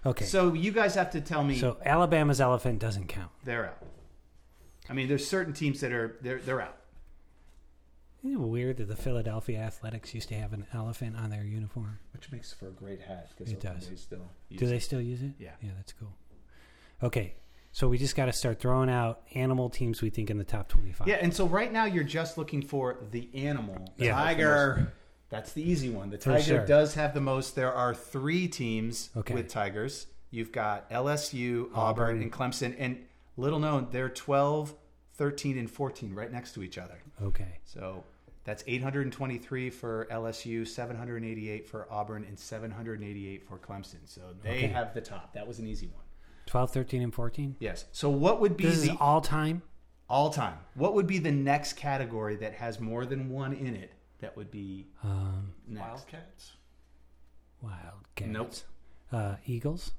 Speaker 1: Okay.
Speaker 2: So you guys have to tell me
Speaker 1: So Alabama's elephant doesn't count.
Speaker 2: they're out. I mean, there's certain teams that are they're they're out.
Speaker 1: Isn't it weird that the Philadelphia Athletics used to have an elephant on their uniform?
Speaker 2: Which makes for a great hat because
Speaker 1: It does. they
Speaker 2: still
Speaker 1: Do they still use it?
Speaker 2: Yeah.
Speaker 1: Yeah, that's cool. Okay. So we just got to start throwing out animal teams we think in the top 25.
Speaker 2: Yeah, and so right now you're just looking for the animal. that
Speaker 1: Yeah.
Speaker 2: has the most-
Speaker 4: Tiger.
Speaker 2: That's the easy one. The Tiger
Speaker 1: sure.
Speaker 2: does have the most. There are three teams
Speaker 1: Okay.
Speaker 2: with Tigers. You've got LSU, Auburn, and Clemson. And little known, they're 12, 13, and 14 right next to each other.
Speaker 1: Okay.
Speaker 2: So that's 823 for LSU, 788 for Auburn, and 788 for Clemson. So they
Speaker 1: Okay.
Speaker 2: have the top. That was an easy one.
Speaker 1: 12, 13, and 14.
Speaker 2: Yes. So what would be
Speaker 1: This is
Speaker 2: the
Speaker 1: all time.
Speaker 2: all time? What would be the next category that has more than one in it? That would be
Speaker 1: Um,
Speaker 2: next.
Speaker 8: Wildcats.
Speaker 1: Wildcats.
Speaker 2: Nope.
Speaker 1: Uh, Eagles.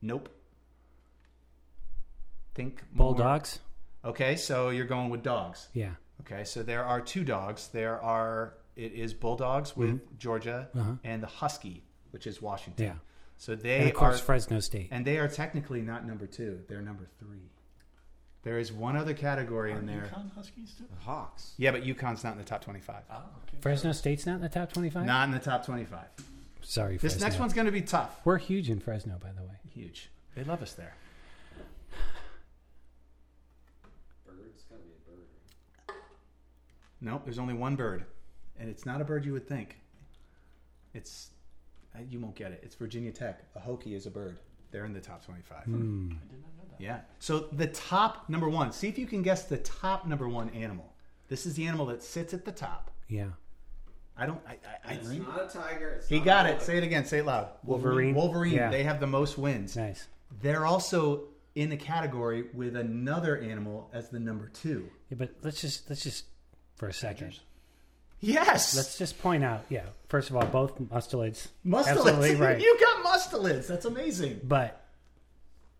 Speaker 2: Nope. Think more.
Speaker 1: Bulldogs.
Speaker 2: Okay, so you're going with dogs.
Speaker 1: Yeah.
Speaker 2: Okay, so there are two dogs. There are it is bulldogs with Georgia
Speaker 1: Uh-huh.
Speaker 2: and the husky, which is Washington.
Speaker 1: Yeah.
Speaker 2: So they
Speaker 1: and of course,
Speaker 2: are
Speaker 1: Fresno State.
Speaker 2: And they are technically not number two; they're number three. There is one other category in there.
Speaker 8: Yukon Huskies too.
Speaker 4: The Hawks.
Speaker 2: Yeah, but UConn's not in the top twenty-five.
Speaker 8: Oh,
Speaker 5: Ah,
Speaker 8: okay.
Speaker 1: Fresno State's not in the top 25?
Speaker 2: Not in the top twenty-five.
Speaker 1: Sorry,
Speaker 2: This
Speaker 1: Fresno.
Speaker 2: next one's going to be tough.
Speaker 1: We're huge in Fresno, by the way.
Speaker 2: Huge. They love us there. Nope, there's only one bird, and it's not a bird you would think. It's uh, you won't get it. It's Virginia Tech. A Hokie is a bird. They're in the top twenty-five.
Speaker 8: I did not know that.
Speaker 2: Yeah. So the top number one. See if you can guess the top number one animal. This is the animal that sits at the top.
Speaker 1: Yeah.
Speaker 2: I don't. I. I, I
Speaker 4: It's not a tiger. It's
Speaker 2: he
Speaker 4: not
Speaker 2: got
Speaker 4: a
Speaker 2: it. Say it again. Say it loud.
Speaker 1: Wolverine.
Speaker 2: Wolverine.
Speaker 1: Yeah.
Speaker 2: They have the most wins.
Speaker 1: Nice.
Speaker 2: They're also in the category with another animal as the number two.
Speaker 1: Yeah, but let's just let's just for a second.
Speaker 2: Yes.
Speaker 1: Let's just point out, yeah. First of all, both mustelids, absolutely
Speaker 2: mustelids.
Speaker 1: right.
Speaker 2: You got mustelids. That's amazing.
Speaker 1: But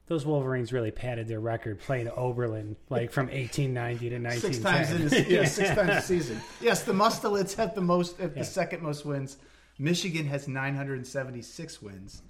Speaker 1: those Wolverines really padded their record playing Oberlin like from 1890 to
Speaker 2: Six times in
Speaker 1: 1910.
Speaker 2: the, yeah, six times a season. Yes, the mustelids have the most, have the second most wins. Michigan has 976 wins,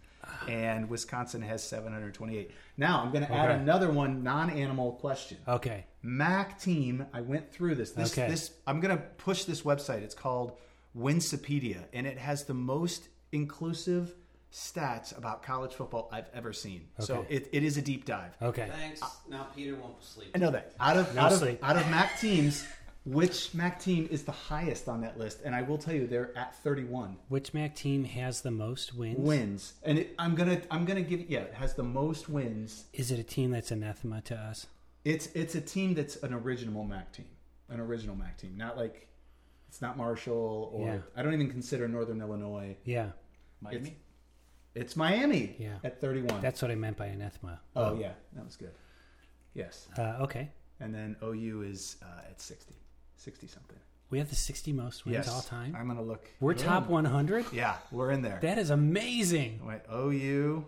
Speaker 2: and Wisconsin has 728. Now I'm going to add
Speaker 1: Okay.
Speaker 2: another one, non-animal question.
Speaker 1: Okay,
Speaker 2: Mac team. I went through this. This,
Speaker 1: Okay.
Speaker 2: this I'm gonna push this website. It's called Winsipedia, and it has the most inclusive stats about college football I've ever seen. So it, it is a deep dive.
Speaker 1: Okay.
Speaker 4: Thanks. Now Peter won't sleep.
Speaker 2: I know that. Out of out, of,
Speaker 1: sleep.
Speaker 2: out of MAC teams, which MAC team is the highest on that list? And I will tell you, they're at 31
Speaker 1: Which MAC team has the most wins?
Speaker 2: wins. And it, I'm gonna I'm gonna give yeah, it has the most wins.
Speaker 1: Is it a team that's anathema to us?
Speaker 2: It's it's a team that's an original MAC team, an original MAC team, not like it's not Marshall or
Speaker 1: Yeah.
Speaker 2: I don't even consider Northern Illinois.
Speaker 1: Yeah,
Speaker 2: It's, it's Miami
Speaker 1: Yeah.
Speaker 2: at 31.
Speaker 1: that's uh, what I meant by anathema.
Speaker 2: oh yeah, that was good. Yes,
Speaker 1: Uh, okay,
Speaker 2: and then OU is uh, at 60, 60 something.
Speaker 1: we have the 60 most wins
Speaker 2: Yes,
Speaker 1: all time.
Speaker 2: I'm gonna look.
Speaker 1: We're top 100.
Speaker 2: Yeah, we're in there.
Speaker 1: That is amazing.
Speaker 2: Wait, OU.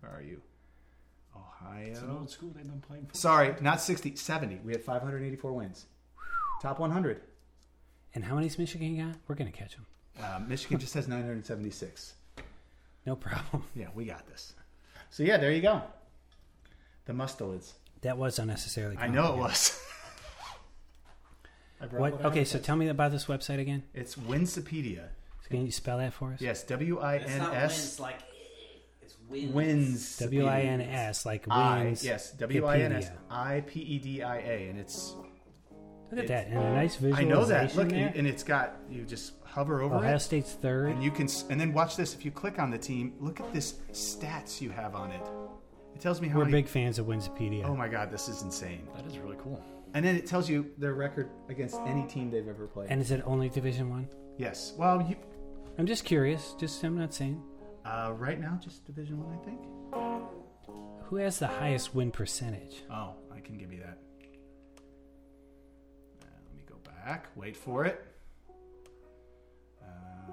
Speaker 2: Where are you? Ohio.
Speaker 5: It's an old school they've been playing for.
Speaker 2: Sorry, not 60, 70. We had 584 wins. Top 100.
Speaker 1: And how many's Michigan got? We're gonna catch them.
Speaker 2: Uh, Michigan just has 976.
Speaker 1: No problem.
Speaker 2: Yeah, we got this. So, yeah, there you go. The Mustelids.
Speaker 1: That was unnecessarily.
Speaker 2: I know it was. I brought
Speaker 1: What?
Speaker 2: it up.
Speaker 1: Okay, so tell me about this website again.
Speaker 2: It's Winsipedia.
Speaker 1: Can you spell that for us?
Speaker 2: Yes, W I
Speaker 4: It's
Speaker 2: N
Speaker 4: not
Speaker 2: S.
Speaker 4: wins. Like it's wins.
Speaker 2: Wins.
Speaker 1: W i n s like
Speaker 2: I.
Speaker 1: wins.
Speaker 2: Yes, W I N S
Speaker 1: Wikipedia.
Speaker 2: I P E D I A. And it's.
Speaker 1: Look at that, and a nice visual.
Speaker 2: I know that. Look,
Speaker 1: there. Oh,
Speaker 2: and and it's got. You just hover over
Speaker 1: Ohio
Speaker 2: it.
Speaker 1: State's third.
Speaker 2: And you can, s- and then watch this. If you click on the team, look at this stats you have on it. It tells me how
Speaker 1: We're
Speaker 2: many.
Speaker 1: big fans of Wikipedia.
Speaker 2: Oh my God, this is insane.
Speaker 5: That is really cool.
Speaker 2: And then it tells you their record against any team they've ever played.
Speaker 1: And is it only Division One?
Speaker 2: yes. Well, you,
Speaker 1: I'm just curious. Just I'm not saying.
Speaker 2: uh, right now, just Division One, I think.
Speaker 1: Who has the highest win percentage?
Speaker 2: Oh, I can give you that. Uh, let me go back. Wait for it. Uh,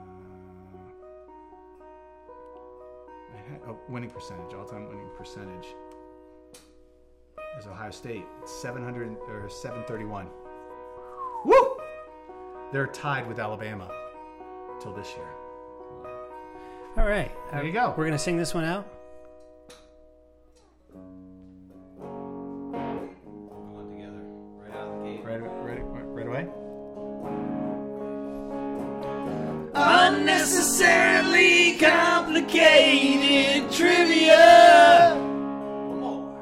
Speaker 2: I had- oh, winning percentage, all-time winning percentage is Ohio State. It's 700 or 731. Woo! They're tied with Alabama till this year.
Speaker 1: All right.
Speaker 2: There you go.
Speaker 1: We're gonna sing this one out.
Speaker 4: All went together right out of the gate.
Speaker 2: Right, right, right away.
Speaker 3: Unnecessarily complicated trivia.
Speaker 4: One more.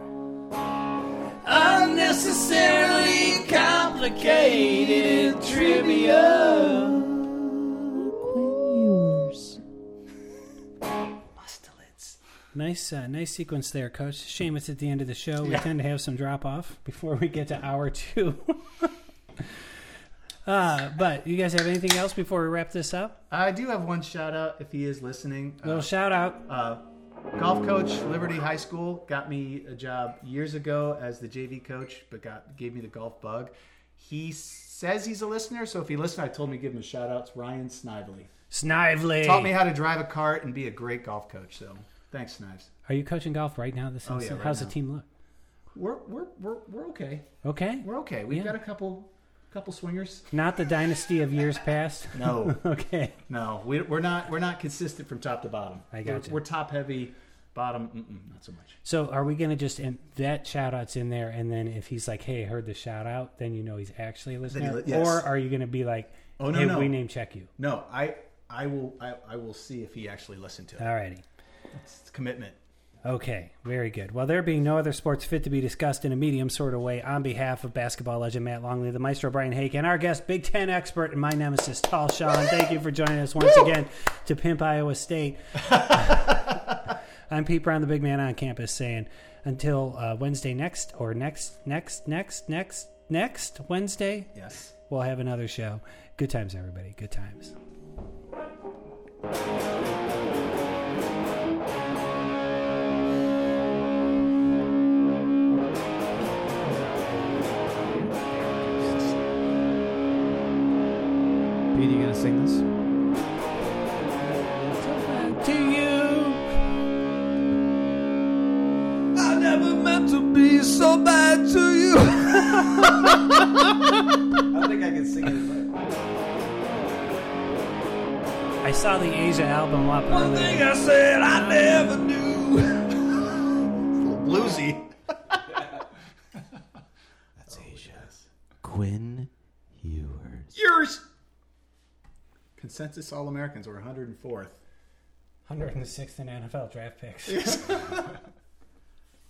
Speaker 3: Unnecessarily complicated trivia.
Speaker 1: Nice, uh, nice sequence there, Coach. Shame it's at the end of the show. We tend to have some drop off before we get to hour two. uh, but you guys have anything else before we wrap this up?
Speaker 2: I do have one shout out if he is listening. Uh,
Speaker 1: Little shout out.
Speaker 2: Uh, golf coach, Liberty High School, got me a job years ago as the JV coach, but got gave me the golf bug. He says he's a listener, so if he listened, I told him to give him a shout out. It's Ryan Snively.
Speaker 1: Snively.
Speaker 2: Taught me how to drive a cart and be a great golf coach. So thanks, Snives.
Speaker 1: Are you coaching golf right now? This
Speaker 2: Oh, yeah,
Speaker 1: instant?
Speaker 2: right
Speaker 1: How's
Speaker 2: now.
Speaker 1: the team look?
Speaker 2: We're we're we're, we're okay.
Speaker 1: Okay.
Speaker 2: We're okay. We've
Speaker 1: Yeah.
Speaker 2: got a couple couple swingers.
Speaker 1: Not the dynasty of years past.
Speaker 2: No,
Speaker 1: okay.
Speaker 2: no, we, we're not we're not consistent from top to bottom.
Speaker 1: I
Speaker 2: We're-
Speaker 1: gotcha.
Speaker 2: We're, top heavy, bottom mm-mm, not so much.
Speaker 1: So are we going to just end that shout out's in there and then if he's like, "Hey, I heard the shout out," then you know he's actually listening.
Speaker 2: li- yes.
Speaker 1: Or are you going to be like,
Speaker 2: Oh, no,
Speaker 1: hey,
Speaker 2: no.
Speaker 1: we name check you."
Speaker 2: No, I I will I, I will see if he actually listened to it.
Speaker 1: Alrighty.
Speaker 2: It's commitment.
Speaker 1: Okay, very good. Well, there being no other sports fit to be discussed in a medium sort of way, on behalf of basketball legend Matt Longley, the maestro Brian Hake, and our guest, Big Ten expert and my nemesis, Tall Sean, thank you for joining us once again to Pimp Iowa State. I'm Pete Brown, the big man on campus, saying until uh, Wednesday next, or next, next, next, next, next Wednesday,
Speaker 2: Yes.
Speaker 1: we'll have another show. Good times, everybody. Good times.
Speaker 4: Pete, you gonna sing this?
Speaker 1: To you.
Speaker 3: I never meant to be so bad to you.
Speaker 4: I think I can sing it.
Speaker 1: I saw the Asia album up
Speaker 3: One
Speaker 1: earlier.
Speaker 3: thing I said I never knew.
Speaker 2: Bluesy. Oh,
Speaker 4: That's Asia. Quinn Hewers.
Speaker 2: Yours. Consensus All Americans were 104th.
Speaker 1: 106th in NFL draft picks.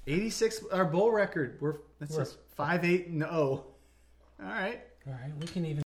Speaker 2: 86, our bowl record. We're, that's
Speaker 1: We're-
Speaker 2: just 5 8 and 0. oh. All right.
Speaker 1: All right, we can even